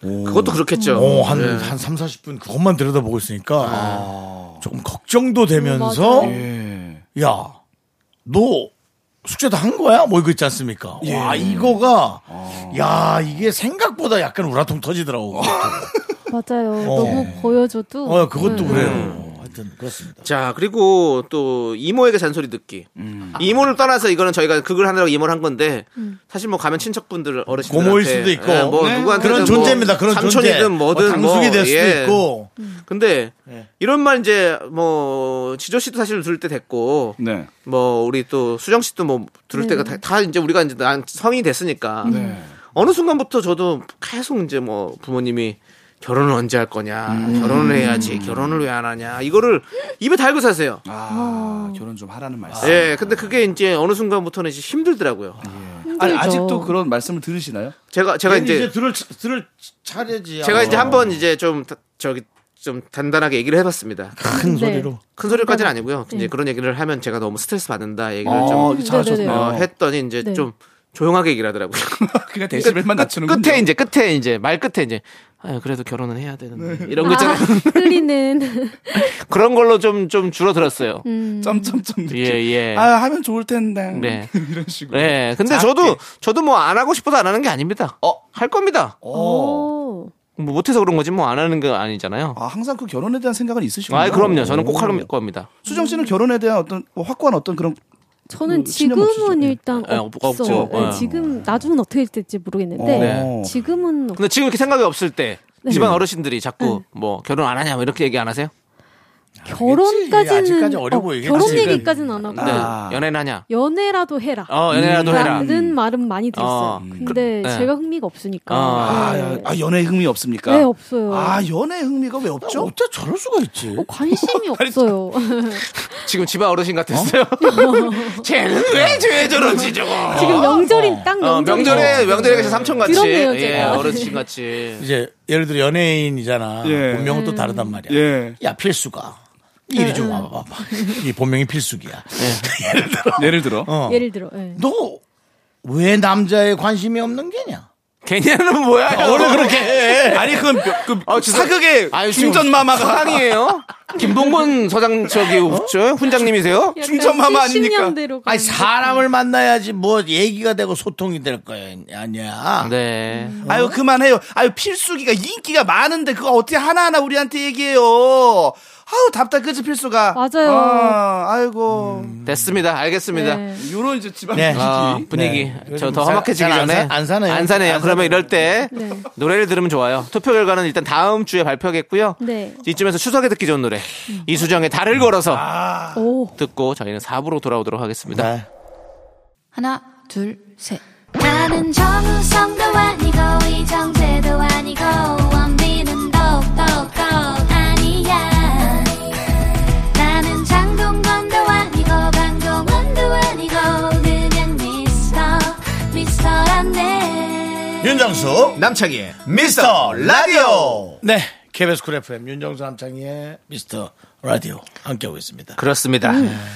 S2: 그것도 그렇겠죠.
S1: 오, 한,
S2: 예.
S1: 한 3, 40분 그것만 들여다보고 있으니까
S2: 아.
S1: 조금 걱정도 되면서
S7: 어, 맞아요.
S4: 예.
S1: 야, 너 숙제 다 한 거야? 뭐 이거 있지 않습니까? 와, 이거가 야, 이게 생각보다 약간 우라통 터지더라고.
S7: 맞아요. 너무 보여줘도.
S1: 어, 그것도
S7: 네.
S1: 그래요. 하여튼 그렇습니다.
S2: 자, 그리고 또 이모에게 잔소리 듣기.
S1: 음.
S2: 아. 이모를 떠나서 이거는 저희가 극을 하느라고 이모를 한 건데 사실 뭐 가면 친척분들 어르신들
S1: 고모일 수도 있고. 네.
S2: 뭐 누구한테
S1: 그런 존재입니다. 그런
S2: 뭐 삼촌이든
S1: 존재.
S2: 뭐든
S1: 뭐 당숙이
S2: 뭐,
S1: 될 수도
S2: 예.
S1: 있고.
S2: 근데
S1: 예.
S2: 이런 말 이제 뭐 지조 씨도 사실 들을 때 됐고
S4: 네.
S2: 뭐 우리 또 수정 씨도 뭐 들을 때가 다, 다 이제 우리가 이제 난 성인이 됐으니까
S4: 네.
S2: 어느 순간부터 저도 계속 이제 뭐 부모님이 결혼을 언제 할 거냐
S1: 음.
S2: 결혼을 해야지 결혼을 왜 안 하냐 이거를 입에 달고 사세요.
S4: 아, 결혼 좀 하라는 말씀.
S2: 예, 근데 그게 이제 어느 순간부터는 이제 힘들더라고요.
S4: 아니,
S7: 힘들죠.
S4: 아직도 그런 말씀을 들으시나요?
S2: 제가 제가
S1: 이제
S2: 이제
S1: 들을 차- 들을 차례지.
S4: 어.
S2: 제가 이제 한번 이제 좀 다- 저기 좀 단단하게 얘기를 해봤습니다.
S1: 큰
S7: 네.
S1: 소리로.
S2: 큰 소리까지는 아니고요.
S7: 네.
S2: 이제 그런 얘기를 하면 제가 너무 스트레스 받는다 얘기를
S4: 어,
S2: 좀
S7: 음,
S4: 이게 잘하셨네요.
S7: 네네네.
S2: 어, 했더니 이제
S7: 네.
S2: 좀 조용하게 얘기를 하더라고요.
S4: 그냥 데시벨만 낮추는군요.
S2: 끝에 이제 끝에 이제 말 끝에 이제 아, 그래도 결혼은 해야
S4: 네.
S2: 되는데 이런 거 있잖아요.
S7: 아, 흐리는.
S2: 그런 걸로 좀 좀 줄어들었어요.
S7: 음.
S4: 점점점 느낌.
S2: 예 예.
S4: 아 하면 좋을 텐데.
S2: 네.
S4: 이런 식으로.
S2: 네, 근데
S4: 작게.
S2: 저도 저도 뭐 안 하고 싶어도 안 하는 게 아닙니다. 어, 할 겁니다.
S7: 오.
S2: 뭐 못해서 그런 거지 뭐 안 하는 거 아니잖아요.
S4: 아 항상 그 결혼에 대한 생각은 있으시군요.
S2: 아, 그럼요. 저는 꼭
S4: 오.
S2: 할 겁니다.
S4: 수정 씨는 결혼에 대한 어떤 뭐 확고한 어떤 그런
S7: 저는
S4: 그 신념 없으시죠?
S7: 지금은
S4: 네.
S7: 일단
S2: 네, 없-
S7: 없어.
S2: 없죠.
S7: 네,
S2: 네.
S7: 지금 나중은 어떻게 될지 모르겠는데
S4: 네.
S7: 지금은 없-
S2: 근데 지금 이렇게 생각이 없을 때
S7: 네.
S2: 집안 어르신들이 자꾸 뭐 결혼 안 하냐 뭐 이렇게 얘기 안 하세요?
S7: 결혼까지는
S1: 아직까지 어려워
S7: 어,
S1: 얘기하지.
S7: 결혼 얘기까지는 안 하고
S2: 네. 연애는 하냐?
S7: 연애라도 해라.
S2: 어, 연애라도 해라.
S7: 라는 말은 많이
S2: 어.
S7: 들었어요. 근데
S2: 네.
S7: 제가 흥미가 없으니까.
S2: 아,
S4: 아,
S7: 네.
S4: 아 연애 흥미 없습니까?
S7: 네, 없어요.
S4: 아 연애 흥미가 왜 없죠?
S1: 어째 저럴 수가 있지?
S7: 어, 관심이 없어요.
S2: 지금 집안 어르신 같았어요. 쟤는 왜쟤 저러지 저거?
S7: 지금 명절인 딱
S2: 어,
S7: 명절인
S2: 명절에 명절에 계신 삼촌 같이
S7: 그렇네요,
S2: 예,
S7: 제가.
S2: 어르신 같이.
S1: 이제 예를 들어 연예인이잖아.
S4: 예.
S1: 본명은 또 다르단 말이야.
S4: 예.
S1: 야 필수가 이리 좀 와봐. 이 본명이 필수기야. 예를 들어
S4: 예를 들어.
S1: 어.
S7: 예를 들어. 예.
S1: 너 왜 남자에 관심이 없는 게냐?
S2: 걔네는 뭐야?
S1: 원래 그렇게 해.
S4: 아니 그건 몇- 그
S2: 어, 진짜-
S4: 사극의
S2: 아유, 지금
S4: 중전 마마가
S2: 사랑이에요? 김동건 서장 저기 저 훈장님이세요?
S7: 약간
S4: 충전마마 아닙니까?
S7: 70년대로
S1: 아니
S7: 가는
S1: 사람을 만나야지 뭐 얘기가 되고 소통이 될 거야 아니야.
S2: 네.
S4: 아유 그만해요. 아유 필수기가 인기가 많은데 그거 어떻게 하나하나 우리한테 얘기해요. 아우 답답 그지 필수가.
S7: 맞아요.
S4: 아, 아이고.
S2: 됐습니다. 알겠습니다.
S7: 네.
S4: 요런 이제 집안
S1: 네.
S2: 아, 분위기
S1: 네.
S2: 저
S1: 요즘
S2: 더 험악해지기
S1: 잘안
S2: 전에
S1: 사- 안 사네요.
S2: 안 사네요.
S1: 안
S2: 그러면
S1: 사네요.
S2: 이럴 때
S7: 네.
S2: 노래를 들으면 좋아요. 투표 결과는 일단 다음 주에 발표하겠고요.
S7: 네.
S2: 이쯤에서 추석에 듣기 좋은 노래 이수정의 달을 걸어서
S7: 오.
S2: 듣고 저희는 4부로 돌아오도록 하겠습니다.
S1: 음. 아. 네.
S10: 하나, 둘, 셋.
S3: 나는 정우성도 아니고 이정재도 아니고 원빈은 더욱더 아니야 나는 장동건도 아니고 방종원도 아니고 그냥 미스터 미스터란데
S1: 윤정수
S2: 남창희의
S1: 미스터 라디오. 네. KBS 쿨 FM 윤정수 남창희의 미스터 라디오 함께하고 있습니다.
S2: 그렇습니다.
S1: 음.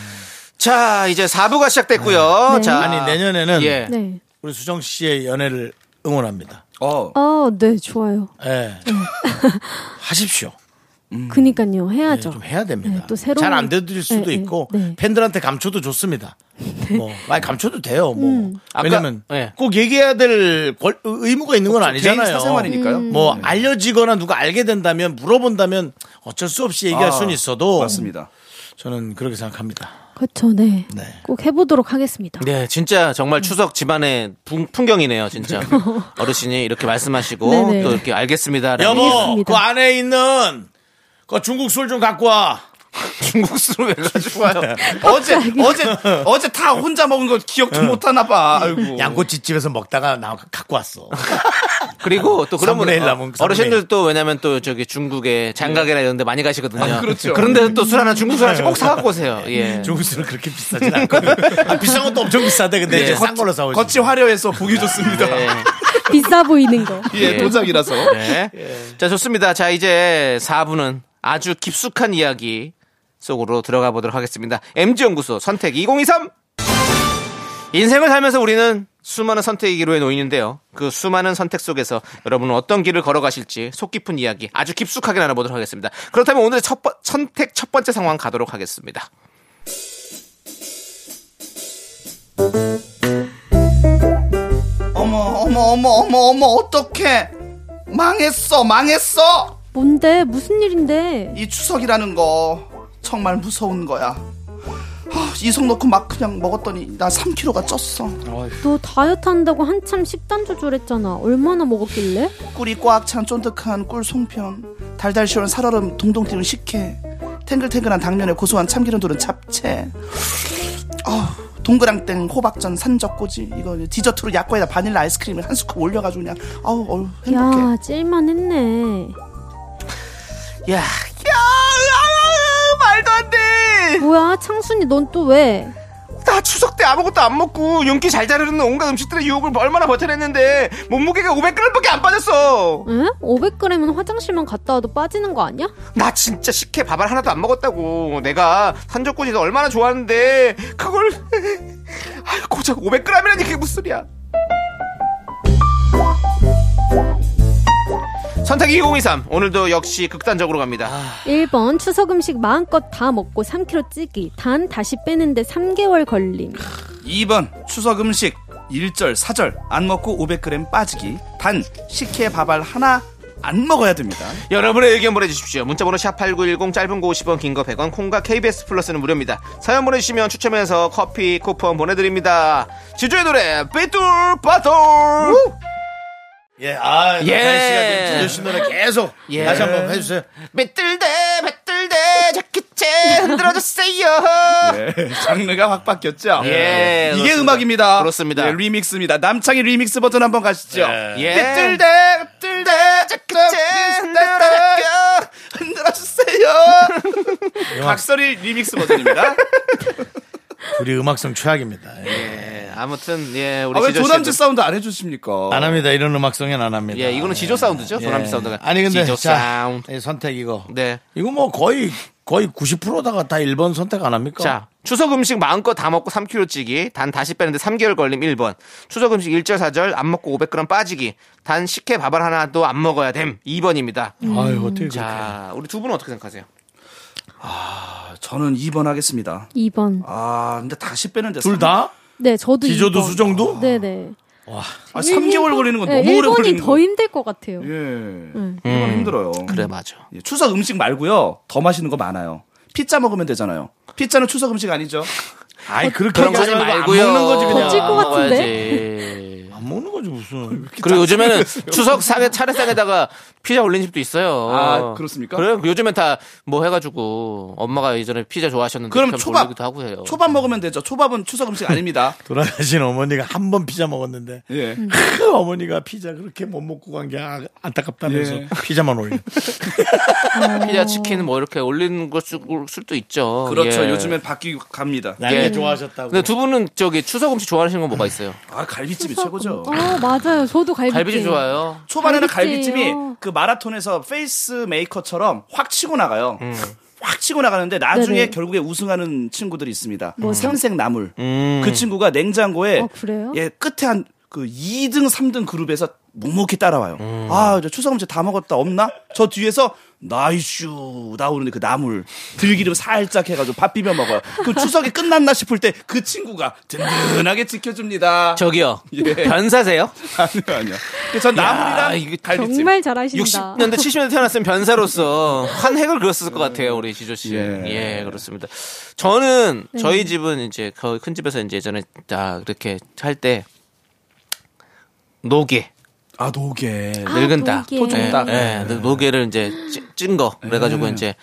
S2: 자 이제 4부가 시작됐고요.
S7: 네.
S2: 자
S1: 아니 내년에는
S2: 예.
S7: 네.
S1: 우리 수정 씨의 연애를 응원합니다.
S4: 어.
S7: 아, 네, 좋아요.
S1: 예. 하십시오.
S7: 그니까요.
S1: 예,
S7: 해야죠.
S1: 좀 해야 됩니다.
S7: 네, 또 새로운-
S1: 잘 안 되드릴 수도
S7: 네,
S1: 있고
S7: 네, 네.
S1: 팬들한테 감춰도 좋습니다. 뭐 많이 감춰도 돼요. 뭐
S7: 음.
S1: 왜냐면
S2: 아까- 네.
S1: 꼭 얘기해야 될 권- 의무가 있는 건 아니잖아요.
S4: 개인
S7: 음,
S4: 사생활이니까요.
S1: 뭐 알려지거나 누가 알게 된다면 물어본다면 어쩔 수 없이 얘기할
S4: 아,
S1: 수는 있어도
S4: 맞습니다.
S1: 저는 그렇게 생각합니다.
S7: 그렇죠. 네.
S1: 네.
S7: 꼭 해보도록 하겠습니다.
S2: 네, 진짜
S1: 음.
S2: 정말 추석 집안의 풍, 경이네요 진짜. 어르신이 이렇게 말씀하시고
S7: 네네.
S2: 또 이렇게 알겠습니다.
S1: 여보,
S7: 알겠습니다.
S1: 그 안에 있는 그 중국 술 좀 갖고 와.
S2: 중국 술을 왜 가지고 와요?
S4: 어제 어제 어제 다 혼자 먹은 거 기억도 못 하나 봐. 아이고.
S1: 양꼬치 집에서 먹다가 나 갖고 왔어.
S2: 그리고 또 그런
S1: 삼분의 일
S2: 분-
S1: 남은 그
S2: 어르신들 또 왜냐면 또 저기 중국에 장가게나 이런 데 많이 가시거든요.
S4: 아, 그렇죠.
S2: 런 데서 또 술 하나 중국 술 하나씩 꼭 사갖고 오세요. 예.
S1: 네. 중국 술은 그렇게 비싸진 않거든. 아, 비싼 것도 엄청 비싸대. 근데
S2: 네.
S1: 이제 싼 걸로 사오지.
S4: 겉이 화려해서 보기 좋습니다.
S2: 네.
S7: 비싸 보이는 거.
S4: 예, 도자기라서. 예.
S2: 네. 자, 좋습니다. 자, 이제 4부는 아주 깊숙한 이야기 속으로 들어가 보도록 하겠습니다. MG연구소 선택 2023! 인생을 살면서 우리는 수많은 선택의 기로에 놓이는데요. 그 수많은 선택 속에서 여러분은 어떤 길을 걸어가실지 속 깊은 이야기 아주 깊숙하게 나눠보도록 하겠습니다. 그렇다면 오늘의 첫 번- 선택 첫 번째 상황 가도록 하겠습니다.
S4: 어머 어머 어머 어머 어머 어떡해. 망했어 망했어.
S7: 뭔데? 무슨 일인데?
S4: 이 추석이라는 거 정말 무서운 거야. 아, 이속 넣고 막 그냥 먹었더니 나 3kg가 쪘어.
S7: 너 다이어트 한다고 한참 식단 조절했잖아. 얼마나 먹었길래?
S4: 꿀이 꽉 찬 쫀득한 꿀 송편, 달달 시원한 살얼음 동동 띄운 식혜, 탱글탱글한 당면에 고소한 참기름 두른 잡채, 아, 동그랑땡 호박전 산적꼬지 이거 디저트로 약과에다 바닐라 아이스크림을 한 스쿱 올려가지고 그냥 아우 어우, 행복해.
S7: 야, 찔만 했네.
S2: 야, 야, 야, 야, 말도 안 돼!
S7: 뭐야, 창순이 넌 또 왜?
S2: 나 추석 때 아무것도 안 먹고 윤기 잘 자르는 온갖 음식들의 유혹을 얼마나 버텨냈는데 몸무게가 500g밖에 안 빠졌어.
S7: 응? 500g은 화장실만 갔다 와도 빠지는 거 아니야?
S2: 나 진짜 식혜 밥알 하나도 안 먹었다고. 내가 산적꼬지도 얼마나 좋아하는데 그걸 아유, 고작 500g이라니 그게 무슨 소리야. 선택 2023 오늘도 역시 극단적으로 갑니다.
S7: 1번 추석 음식 마음껏 다 먹고 3kg 찌기 단 다시 빼는데 3개월 걸림
S4: 2번 추석 음식 1절 4절 안 먹고 500g 빠지기 단 식혜 밥알 하나 안 먹어야 됩니다.
S2: 여러분의 의견 보내주십시오. 문자번호 샵8910 짧은 거 50원 긴 거 100원 콩과 KBS 플러스는 무료입니다. 사연 보내주시면 추첨해서 커피 쿠폰 보내드립니다. 지조의 노래 삐뚤빠뚤
S1: 예, 아,
S2: 예.
S1: 예. 씨가 좀 노래 계속
S2: 예.
S1: 다시 한번 해주세요.
S2: 삐뚤대 삐뚤대 자켓채 흔들어주세요.
S4: 네, 장르가 확 바뀌었죠.
S2: 예,
S4: 이게
S2: 그렇습니다.
S4: 음악입니다.
S2: 그렇습니다.
S4: 예, 리믹스입니다. 남창희 리믹스 버전 한번 가시죠.
S2: 예.
S4: 삐뚤대 삐뚤대
S2: 자켓채 흔들어주세요.
S4: 흔들어주세요. 각설이 리믹스 버전입니다. 아,
S1: 우리 음악성 최악입니다. 예.
S2: 예, 아무튼 예 우리
S4: 아, 왜
S2: 지조
S4: 조남지
S2: 씨도-
S4: 사운드 안 해주십니까?
S1: 안 합니다. 이런 음악성엔 안 합니다. 예.
S2: 예, 이거는 지조 사운드죠. 조남지 사운드가.
S1: 아니 근데
S2: 지조
S1: 자,
S2: 사운드.
S1: 이 선택 이거.
S2: 네.
S1: 이거 뭐 거의 거의 90%다가 다 1번 선택 안 합니까?
S2: 자, 추석 음식 마음껏 다 먹고 3kg 찌기, 단 다시 빼는데 3개월 걸림 1번. 추석 음식 1절 4절 안 먹고 500g 빠지기, 단 식혜 밥알 하나도 안 먹어야 됨 2번입니다.
S1: 음, 아유 어떻게 그렇게.
S2: 자, 우리 두 분은 어떻게 생각하세요?
S4: 저는 2번 하겠습니다.
S7: 2번
S4: 아, 근데 다시 빼는데
S1: 둘 다?
S7: 네 저도
S1: 지조도
S7: 2번.
S1: 수정도?
S7: 네네 네,
S4: 아, 3개월 걸리는 건 너무 오래
S7: 1번이
S4: 걸리는
S7: 더 음.
S4: 거.
S7: 힘들 것 같아요
S4: 예. 이건
S1: 음.
S4: 힘들어요.
S2: 그래 맞아.
S4: 예, 추석 음식 말고요. 더 맛있는 거 많아요. 피자 먹으면 되잖아요. 피자는 추석 음식 아니죠?
S1: 아이 그렇게
S2: 그런 거 하지
S1: 얘기하지 말고
S2: 말고요.
S1: 안 먹는 거지 그냥.
S7: 어, 더 찔것 같은데?
S2: 먹어야지.
S1: 안 먹는 거지 무슨.
S2: 그리고 요즘에는 추석 상에 차례상에다가 피자 올린 집도 있어요.
S4: 아, 그렇습니까?
S2: 그래요. 요즘엔 다 뭐 해가지고 엄마가 예전에 피자 좋아하셨는데
S4: 그럼
S2: 그렇게
S4: 초밥.
S2: 올리기도 하고 해요.
S4: 초밥 먹으면 되죠. 초밥은 추석 음식 아닙니다.
S1: 돌아가신 어머니가 한 번 피자 먹었는데
S4: 예.
S7: 음.
S1: 그 어머니가 피자 그렇게 못 먹고 간 게 아, 안타깝다면서
S4: 예.
S1: 피자만 올려.
S2: 피자 치킨 뭐 이렇게 올리는 걸 수- 수도 있죠.
S4: 그렇죠.
S2: 예.
S4: 요즘엔 바뀌고 갑니다.
S1: 나게
S2: 예.
S1: 좋아하셨다고.
S2: 근데 두 분은 저기 추석 음식 좋아하시는 건 뭐가 있어요?
S4: 아, 갈비찜이
S7: 추석-
S4: 최고죠.
S7: 어 맞아요 저도 갈비찜
S2: 갈비찜 좋아요.
S4: 초반에는
S7: 갈비찜이요.
S4: 갈비찜이 그 마라톤에서 페이스 메이커처럼 확 치고 나가요. 확 치고 나가는데 나중에
S7: 네네.
S4: 결국에 우승하는 친구들이 있습니다. 생생 나물.
S2: 음.
S4: 그 친구가 냉장고에
S7: 아, 그래요?
S4: 예, 끝에 한 그 2등, 3등 그룹에서 묵묵히 따라와요.
S2: 음.
S4: 아, 저 추석 음식 다 먹었다. 없나? 저 뒤에서 나이슈 나오는데 그 나물 들기름 살짝 해가지고 밥 비벼 먹어요. 그 추석이 끝났나 싶을 때 그 친구가 든든하게 지켜줍니다.
S2: 저기요.
S4: 예.
S2: 변사세요?
S4: 아니요, 아니요. 그전
S2: 야,
S4: 나물이랑
S2: 이거
S4: 갈비찜.
S7: 정말 잘하신다
S2: 60년대, 70년대 태어났으면 변사로서 한 획을 그렸을 것 같아요, 우리 지조 씨. 예,
S4: 예.
S2: 그렇습니다. 저는 저희 집은 이제 거의 큰 집에서 이제 예전에 다 이렇게 할 때 노게.
S4: 아, 노게.
S2: 늙은 닭.
S7: 노게. 토종
S4: 네.
S7: 닭.
S2: 예, 예, 노게를 이제 찌- 찐 거.
S4: 음.
S2: 그래가지고 이제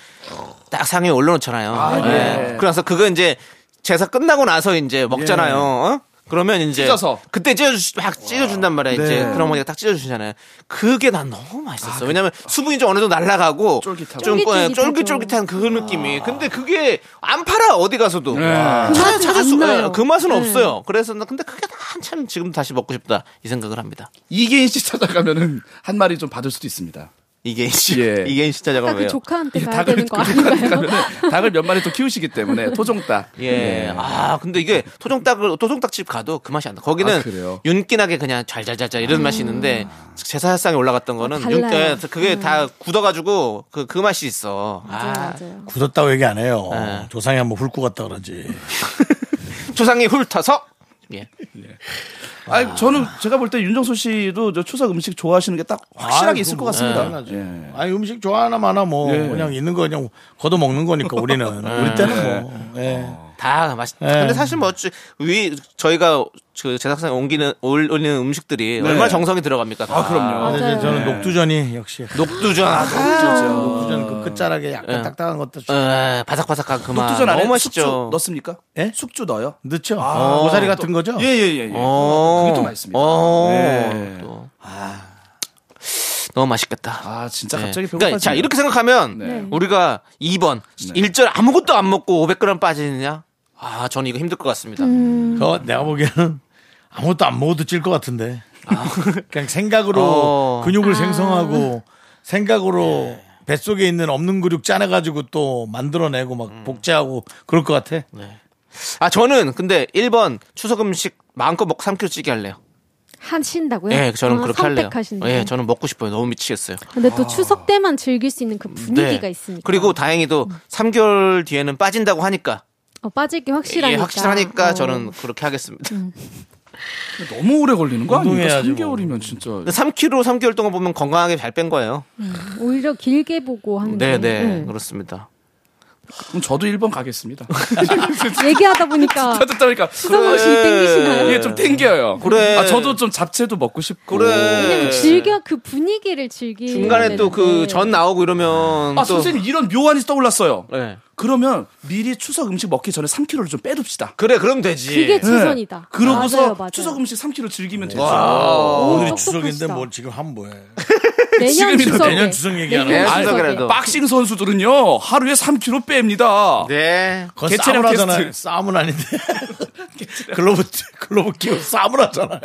S2: 딱 상에 올려놓잖아요. 예.
S4: 네.
S2: 그래서 그거 이제 제사 끝나고 나서 이제 먹잖아요. 어? 그러면 이제
S4: 예. 찢어서. 네.
S2: 그때 찢어주 막 찢어준단 말이에요. 이제 그런 어머니가 딱 찢어주시잖아요. 그게 난 너무 맛있었어. 요 왜냐면 수분이 좀 어느 정도 날라가고
S4: 아, 그 쫄깃하고. 아.
S2: 좀 예,
S7: 쫄깃쫄깃하죠.
S2: 쫄깃쫄깃한 그 느낌이. 근데 그게 안 팔아 어디 가서도.
S4: 네.
S2: 찾아-
S7: 맛은 안 나요.
S2: 예, 그 맛은
S7: 네.
S2: 없어요. 그래서 나 근데 그게 한참 지금 다시 먹고 싶다 이 생각을 합니다.
S4: 이계인 씨 찾아가면은 한 마리 좀 받을 수도 있습니다.
S2: 이계인 씨,
S4: 예.
S2: 이계인 씨 찾아가면
S7: 그
S2: 왜요?
S7: 조카한테 가야
S4: 닭을
S7: 되는 거 아닌가요?
S4: 가면은 닭을 몇 마리 또 키우시기 때문에 토종닭. 네.
S2: 예. 아, 근데 이게 토종닭을 토종닭집 가도 그 맛이 안 나. 거기는
S4: 아, 그래요? 음.
S2: 윤기나게 그냥 잘잘잘잘 이런 맛이 있는데 제사상에 올라갔던 거는
S7: 어, 달라요. 음.
S2: 윤- 예, 그게 다 굳어가지고 그 그 맛이 있어. 아,
S7: 맞아요.
S1: 굳었다고 얘기 안 해요.
S2: 네.
S1: 조상이 한번 훑고 갔다 그러지.
S2: 조상이 훑어서. 예.
S4: 아, 저는 제가 볼 때 윤정수 씨도 저 추석 음식 좋아하시는 게 딱 확실하게
S1: 아이,
S4: 있을 것
S1: 그거 뭐,
S2: 뭐,
S4: 같습니다.
S1: 당연하죠.
S4: 예.
S1: 아니 음식 좋아하나 마나 뭐
S4: 예.
S1: 그냥 있는 거 그냥 걷어 먹는 거니까 우리는 우리 때는 뭐. 예.
S2: 다 맛있.
S4: 네.
S2: 근데 사실 뭐위 저희가 그 제사상에 옮기는 올- 올리는 음식들이 얼마나 정성이 들어갑니까? 다.
S4: 네. 아, 그럼요.
S1: 근데 이제 저는 녹두전이 역시
S2: 녹두전. 아,
S1: 녹두전 그 끝자락에 약간 딱딱한 것도 좀
S2: 에, 바삭바삭한 그 맛.
S4: 녹두전 안에
S2: 너무
S4: 숙주
S2: 맛있죠.
S4: 넣습니까?
S1: 예?
S4: 숙주 넣어요?
S1: 넣죠. 고사리 같은 거죠.
S4: 예, 예, 예. 예.
S2: 어.
S4: 그게 또 맛있습니다.
S2: 어.
S4: 네.
S2: 또. 너무 맛있겠다.
S4: 아, 진짜
S2: 네.
S4: 갑자기 배고파.
S2: 그러니까 자 이렇게 생각하면
S4: 네.
S2: 우리가 2번 1절 아무것도 안 먹고 500g 빠지느냐 아, 저는 이거 힘들 것 같습니다.
S7: 음.
S1: 그거 내가 보기에는 아무것도 안 먹어도 찔 것 같은데. 그냥 생각으로
S2: 어.
S1: 근육을 생성하고 생각으로 뱃속에 있는 없는 근육 짜내가지고 또 만들어내고 막 복제하고 그럴 것 같아.
S2: 아, 저는 근데 1번 추석 음식 마음껏 먹고 3kg 찌게 할래요.
S7: 하신다고요?
S2: 예, 저는
S7: 아,
S2: 그렇게 할래요.
S7: 선택하신다.
S2: 예, 저는 먹고 싶어요. 너무 미치겠어요.
S7: 근데 또 추석 때만 즐길 수 있는 그 분위기가
S2: 네.
S7: 있으니까. 음.
S2: 그리고 다행히도 3개월 뒤에는 빠진다고 하니까
S7: 어, 빠질 게 확실하니까.
S2: 예, 확실하니까
S7: 어. 음.
S2: 저는 그렇게 하겠습니다.
S4: 너무 오래 걸리는 거 아닙니까?
S1: 운동해야지, 뭐.
S4: 3개월이면 진짜.
S2: 네. 3kg 3개월 동안 보면 건강하게 잘 뺀 거예요.
S7: 오히려 길게 보고
S4: 음,
S7: 하는
S2: 네,
S7: 게.
S2: 네.
S7: 응.
S2: 그렇습니다.
S4: 그럼 저도 1번 가겠습니다.
S7: 예. 얘기하다 보니까
S4: 듣다 보니까 아,
S7: 추석 음식 땡기시나요?
S4: 이게 좀 땡겨요.
S2: 네. 그래.
S4: 아, 저도 좀 잡채도 먹고 싶고.
S2: 그래.
S7: 즐겨 그 분위기를 즐기.
S2: 중간에 또 그 전 나오고 이러면
S4: 네, 아,
S2: 또
S4: 선생님 이런 묘한이 떠올랐어요.
S2: 네.
S4: 그러면 미리 추석 음식 먹기 전에 3kg를 좀 빼둡시다.
S2: 그래, 그럼 되지.
S7: 예.
S4: 네.
S7: 그게 최선이다.
S4: 그러고서
S7: 맞아요, 맞아요.
S4: 추석 음식 3kg 즐기면
S2: 네.
S4: 되죠.
S7: 오,
S1: 오늘이
S7: 똑똑하시다.
S1: 추석인데 뭘 지금 하면 뭐해.
S7: 내년
S4: 지금이라도
S7: 추석에.
S1: 내년 추석 얘기하는
S2: 네,
S7: 내년
S1: 거야.
S7: 추석에.
S2: 추석이라도.
S4: 박싱 선수들은요 하루에 3kg 뺍니다.
S2: 네.
S1: 그건
S4: 개체량
S1: 싸움을 하잖아요.
S4: 테스트.
S1: 싸움은 아닌데. 글로브, 글로브 끼고 싸움을 하잖아요.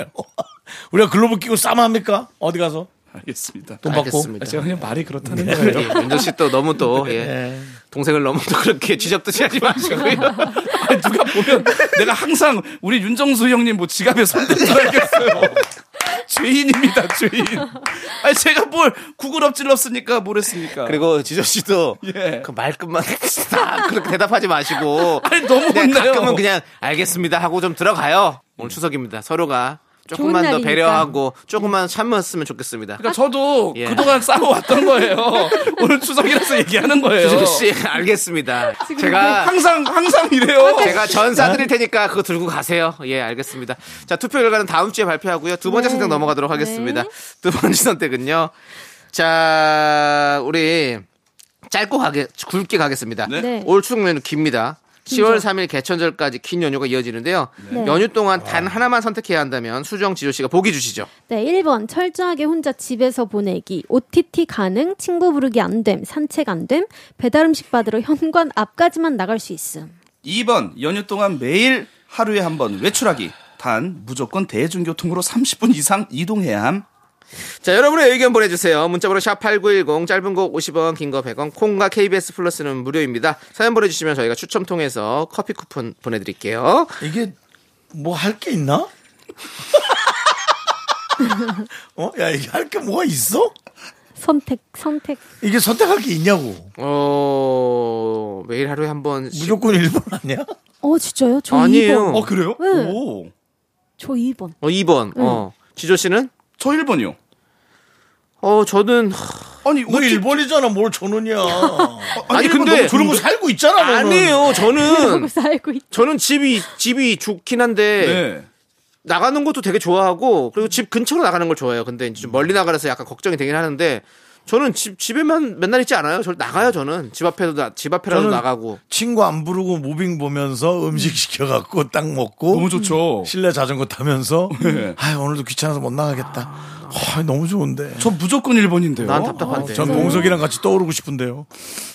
S1: 우리가 글로브 끼고 싸움합니까? 어디 가서?
S4: 알겠습니다.
S1: 돈 받고?
S2: 알겠습니다.
S4: 아, 제가 그냥 말이 그렇다는
S2: 네,
S4: 거예요.
S2: 윤정 씨또 너무 또 예. 동생을 너무 또 그렇게 쥐잡듯이 하지 마시고요.
S4: 아니, 누가 보면 내가 항상 우리 윤정수 형님 뭐 지갑에 손대줄 알겠어요. 죄인입니다, 죄인. 아니 제가 뭘 구글 엎질렀으니까 뭘 했습니까?
S2: 그리고 지조 씨도
S4: 예.
S2: 그 말끝만 다 그렇게 대답하지 마시고
S4: 아니, 너무
S2: 그냥
S4: 혼나요.
S2: 가끔은 그냥 알겠습니다 하고 좀 들어가요. 오늘 추석입니다. 서로가 조금만 더
S7: 날이니까.
S2: 배려하고 조금만 참았으면 좋겠습니다.
S4: 그러니까 저도
S2: 예.
S4: 그동안 싸워왔던 거예요. 오늘 추석이라서 얘기하는 거예요.
S2: 지조 씨 알겠습니다. 제가
S4: 항상 항상 이래요.
S7: 아,
S2: 제가 전 사드릴 테니까 그거 들고 가세요. 예, 알겠습니다. 자, 투표 결과는 다음 주에 발표하고요. 두 번째
S7: 네.
S2: 선택 넘어가도록 하겠습니다.
S7: 네.
S2: 두 번째 선택은요. 자, 우리 짧고 가게, 굵게 가겠습니다.
S7: 네.
S2: 올 추석 연휴 깁니다. 10월 3일 개천절까지 긴 연휴가 이어지는데요.
S7: 네.
S2: 연휴 동안 단 하나만 선택해야 한다면 수정 지조 씨가 보기 주시죠.
S7: 네, 1번 철저하게 혼자 집에서 보내기, OTT 가능, 친구 부르기 안 됨, 산책 안 됨, 배달 음식 받으러 현관 앞까지만 나갈 수 있음.
S4: 2번 연휴 동안 매일 하루에 한 번 외출하기. 단 무조건 대중교통으로 30분 이상 이동해야 함.
S2: 자, 여러분의 의견 보내주세요. 문자번호 샵8910, 짧은 거 50원, 긴 거 100원, 콩과 KBS 플러스는 무료입니다. 사연 보내주시면 저희가 추첨 통해서 커피 쿠폰 보내드릴게요.
S1: 이게 뭐 할 게 있나? 어? 야, 이게 할 게 뭐가 있어?
S7: 선택, 선택.
S1: 이게 선택할 게 있냐고.
S2: 어, 매일 하루에 한 번.
S1: 무조건 1번 아니야?
S7: 어, 진짜요? 저
S2: 아니에요.
S7: 2번.
S4: 어 그래요?
S7: 네.
S4: 오.
S7: 저 2번.
S2: 어, 2번. 어. 지조 씨는?
S4: 저 1번이요.
S2: 어, 저는.
S4: 아니
S1: 너
S4: 어떻게-
S1: 1번이잖아. 뭘 저는이야.
S2: 아니,
S4: 일본
S2: 근데.
S4: 너무
S1: 그런 거뭐 살고 있잖아. 너는.
S2: 아니에요.
S7: 그러고
S2: 저는.
S7: 살고 있
S2: 저는 집이, 집이 좋긴 한데.
S4: 네.
S2: 나가는 것도 되게 좋아하고. 그리고 집 근처로 나가는 걸 좋아해요. 근데 이제 좀 멀리 나가라서 약간 걱정이 되긴 하는데. 저는 집, 집에만 맨날 있지 않아요. 저 나가요, 저는. 집 앞에도, 나, 집 앞에라도
S1: 저는
S2: 나가고.
S1: 친구 안 부르고 무빙 보면서 음식 시켜갖고 딱 먹고.
S4: 너무 좋죠.
S1: 실내 자전거 타면서.
S4: 네.
S1: 아 오늘도 귀찮아서 못 나가겠다. 아, 너무 좋은데.
S4: 저 무조건 1번인데요.
S2: 난 답답한데.
S1: 전 봉석이랑 같이 떠오르고 싶은데요.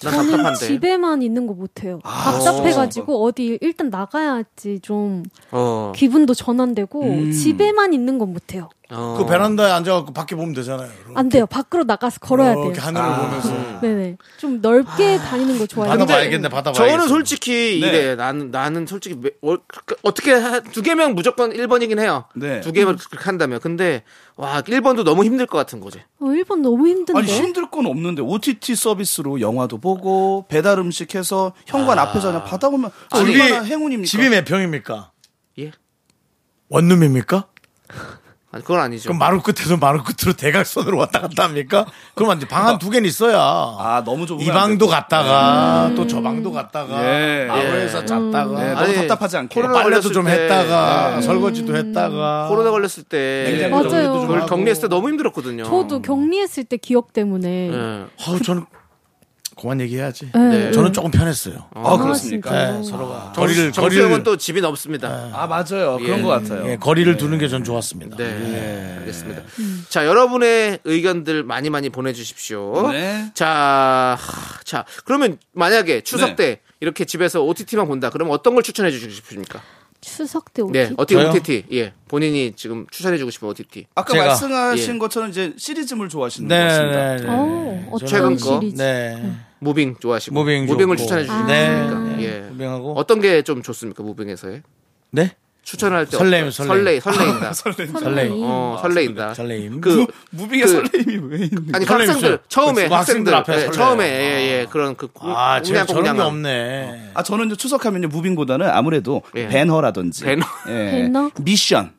S2: 난
S7: 저는
S2: 답답한데.
S7: 집에만 있는 거 못해요. 답답해가지고 어디 일단 나가야지 좀
S2: 어.
S7: 기분도 전환되고 집에만 있는 건 못해요.
S2: 어.
S1: 그 베란다에 앉아갖고 밖에 보면 되잖아요.
S7: 안 돼요. 밖으로 나가서 걸어야 돼요.
S1: 이렇게 하늘을 보면서.
S7: 네네. 좀 넓게 다니는 걸 좋아해요.
S1: 받아 봐야겠네. 받아 봐야겠네.
S2: 저는 솔직히 이래. 나는 나는 솔직히 매- 월- 그- 어떻게 하- 두 개면 무조건 1번이긴 해요.
S4: 네.
S2: 두
S1: 음.
S2: 개면 그렇게 한다면. 근데 와, 1번도 너무 힘들 것 같은 거지.
S7: 어, 1번 너무 힘든데.
S4: 아니 힘들 건 없는데 OTT 서비스로 영화도 보고 배달 음식 해서 현관 앞에서 그냥 받아오면
S1: 집이-
S4: 얼마나 행운입니까?
S1: 집이 몇 평입니까?
S2: 예.
S1: 원룸입니까?
S2: 아니, 그건 아니죠.
S1: 그럼 마루 끝에서 마루 끝으로 대각선으로 왔다 갔다 합니까? 그럼 안 돼. 방 한 두 개는 있어야.
S4: 아 너무 좁은
S1: 이 방도 갔다가 또 저 방도 갔다가
S4: 예.
S1: 마루에서
S2: 예.
S1: 잤다가
S4: 네, 너무
S2: 아니,
S4: 답답하지 않게.
S2: 코로나
S1: 빨래도 좀
S2: 걸렸을 때, 음.
S1: 했다가 설거지도 했다가
S2: 코로나 걸렸을 때
S1: 냉장고
S7: 맞아요.
S1: 네, 정리도 좀
S2: 그걸
S1: 하고.
S2: 어. 격리했을 때 너무 힘들었거든요. 네.
S7: 저도 격리했을 때 기억 때문에
S2: 예.
S1: 아, 저는 그만 얘기해야지.
S7: 네.
S1: 저는 조금 편했어요.
S2: 아,
S7: 진짜.
S1: 네, 서로가
S2: 거리를
S1: 거리를
S2: 음. 아, 정수영은
S1: 거리를
S2: 또 집이 넓습니다.
S4: 아 맞아요 그런
S2: 예.
S4: 것 같아요.
S1: 예, 거리를 두는 게 전 좋았습니다.
S2: 네, 알겠습니다.
S7: 음.
S2: 자, 여러분의 의견들 많이 많이 보내주십시오.
S4: 네.
S2: 자, 하, 자, 그러면 만약에 추석
S4: 네.
S2: 때 이렇게 집에서 OTT만 본다. 그러면 어떤 걸 추천해 주고 싶습니까?
S7: 추석 때 오기.
S2: 네, 어떻게
S1: 저요?
S2: OTT? 예, 본인이 지금 추천해 주고 싶은 OTT.
S4: 아까
S1: 제가-
S4: 말씀하신
S2: 예.
S4: 것처럼 이제 시리즈물 좋아하시는 것
S1: 네,
S4: 같습니다.
S1: 네, 네.
S7: 어,
S2: 최근
S7: 어떤
S2: 거.
S7: 시리즈?
S1: 네.
S2: 무빙 좋아하시고
S1: 무빙
S2: 을
S1: 좋고.
S2: 추천해 주시니까
S1: 네.
S2: 예.
S1: 무빙하고
S2: 어떤 게 좀 좋습니까? 무빙에서의
S1: 네.
S2: 추천할 때
S1: 설레임,
S2: 어떤-
S1: 설레임.
S2: 설레 설레인다.
S1: 설레임.
S2: 어, 설레인다.
S1: 설레임.
S2: 그
S4: 무빙의
S2: 그-
S4: 설레임이 왜 있는?
S2: 아니
S1: 설렘
S2: 학생들
S1: 있어요.
S2: 처음에
S1: 그렇지,
S2: 학생들
S1: 학생들 앞에
S2: 예,
S1: 설레요.
S2: 처음에 예예 그런 그 고-
S1: 아, 제가 저런 게
S2: 공략한.
S1: 없네.
S4: 아 저는 이제 추석하면요 무빙보다는 아무래도
S2: 예.
S4: 배너라든지
S2: 배너?
S4: 예.
S7: 배너?
S4: 미션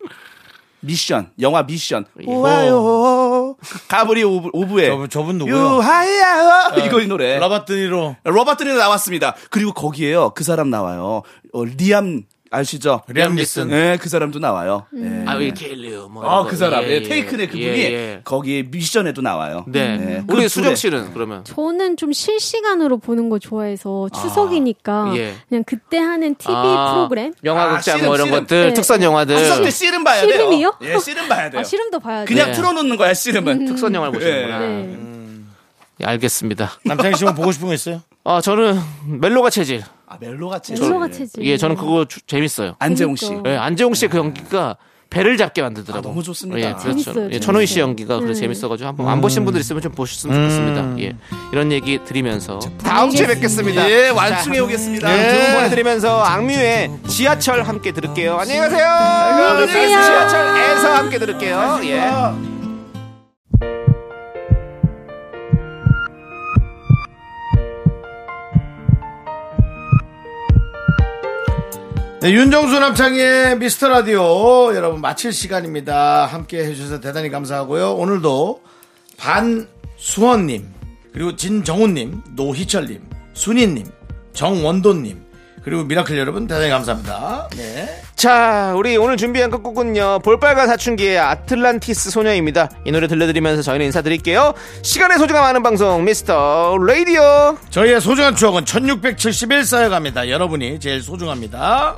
S4: 미션 영화 미션
S2: 예.
S4: 우와요 가브리 오브, 오브의
S1: 저분- 저분 누구요?
S4: 유하야 이거 이 노래
S1: 라바트니로
S4: 로버트니 나왔습니다 그리고 거기에요 그 사람 나와요 어, 리암 아시죠
S1: 리암 리슨.
S4: 예, 그 사람도 나와요
S7: 음.
S4: 예.
S2: 아, 킬리요. 뭐.
S4: 아,
S2: 이런
S4: 그
S2: 거.
S4: 사람.
S2: 예,
S4: 예, 테이크네, 그
S2: 예,
S4: 분이.
S2: 예.
S4: 거기에 미션에도 나와요.
S2: 네.
S4: 예, 그
S2: 우리
S4: 둘의-
S2: 수정 씨는
S7: 네.
S2: 그러면
S7: 저는 좀 실시간으로 보는 거 좋아해서 추석이니까
S2: 예.
S7: 그냥 그때 하는 TV
S2: 아,
S7: 프로그램
S2: 영화
S4: 아,
S2: 극장
S4: 씨름,
S2: 뭐 이런
S4: 씨름.
S2: 것들,
S7: 네. 음.
S2: 특선 영화들.
S4: 아, 추석 때 씨름 봐야 돼요.
S7: 씨름이요?
S4: 예, 씨름 봐야 돼요.
S7: 아, 씨름도 음. 봐야 돼.
S4: 그냥
S2: 네.
S4: 틀어놓는 거야, 씨름은.
S2: 특선 영화를 보시는구나.
S7: 네.
S1: 음,
S2: 예, 알겠습니다.
S1: 남창희 씨는 보고 싶은 거 있어요?
S2: 아, 저는 멜로가 체질.
S4: 아, 멜로가 제일.
S7: 멜로가 네, 체질.
S2: 예, 저는 그거 주- 재밌어요.
S4: 안재홍 씨.
S7: 그러니까.
S2: 예, 안재홍 씨의 그 연기가 배를 잡게 만들더라고요.
S4: 아, 너무 좋습니다.
S2: 예, 그렇죠.
S7: 재밌어요,
S2: 예, 천호희 씨
S7: 재밌어요.
S2: 연기가 그래
S7: 네.
S2: 재밌어가지고 한번 안 보신 분들 있으면 좀 보셨으면 좋겠습니다. 예, 이런 얘기 드리면서 다음 주에 뵙겠습니다.
S4: 예, 완충해 오겠습니다.
S2: 예.
S4: 두
S2: 두분
S4: 분 보내드리-
S2: 보내드리면서 악뮤의 지하철 함께 들을게요. 안녕히 가세요. 안녕히
S7: 계세요.
S2: 지하철에서 함께 들을게요. 예.
S1: 네, 윤정수 남창희의 미스터 라디오 여러분 마칠 시간입니다. 함께 해주셔서 대단히 감사하고요. 오늘도 반수원님 그리고 진정훈님 노희철님 순희님 정원도님 그리고 미라클 여러분 대단히 감사합니다. 네.
S2: 자, 우리 오늘 준비한 끝곡은요. 볼빨간 사춘기의 아틀란티스 소녀입니다. 이 노래 들려드리면서 저희는 인사드릴게요. 시간의 소중함 아는 방송 미스터 라디오.
S1: 저희의 소중한 추억은 1671 쌓여갑니다. 여러분이 제일 소중합니다.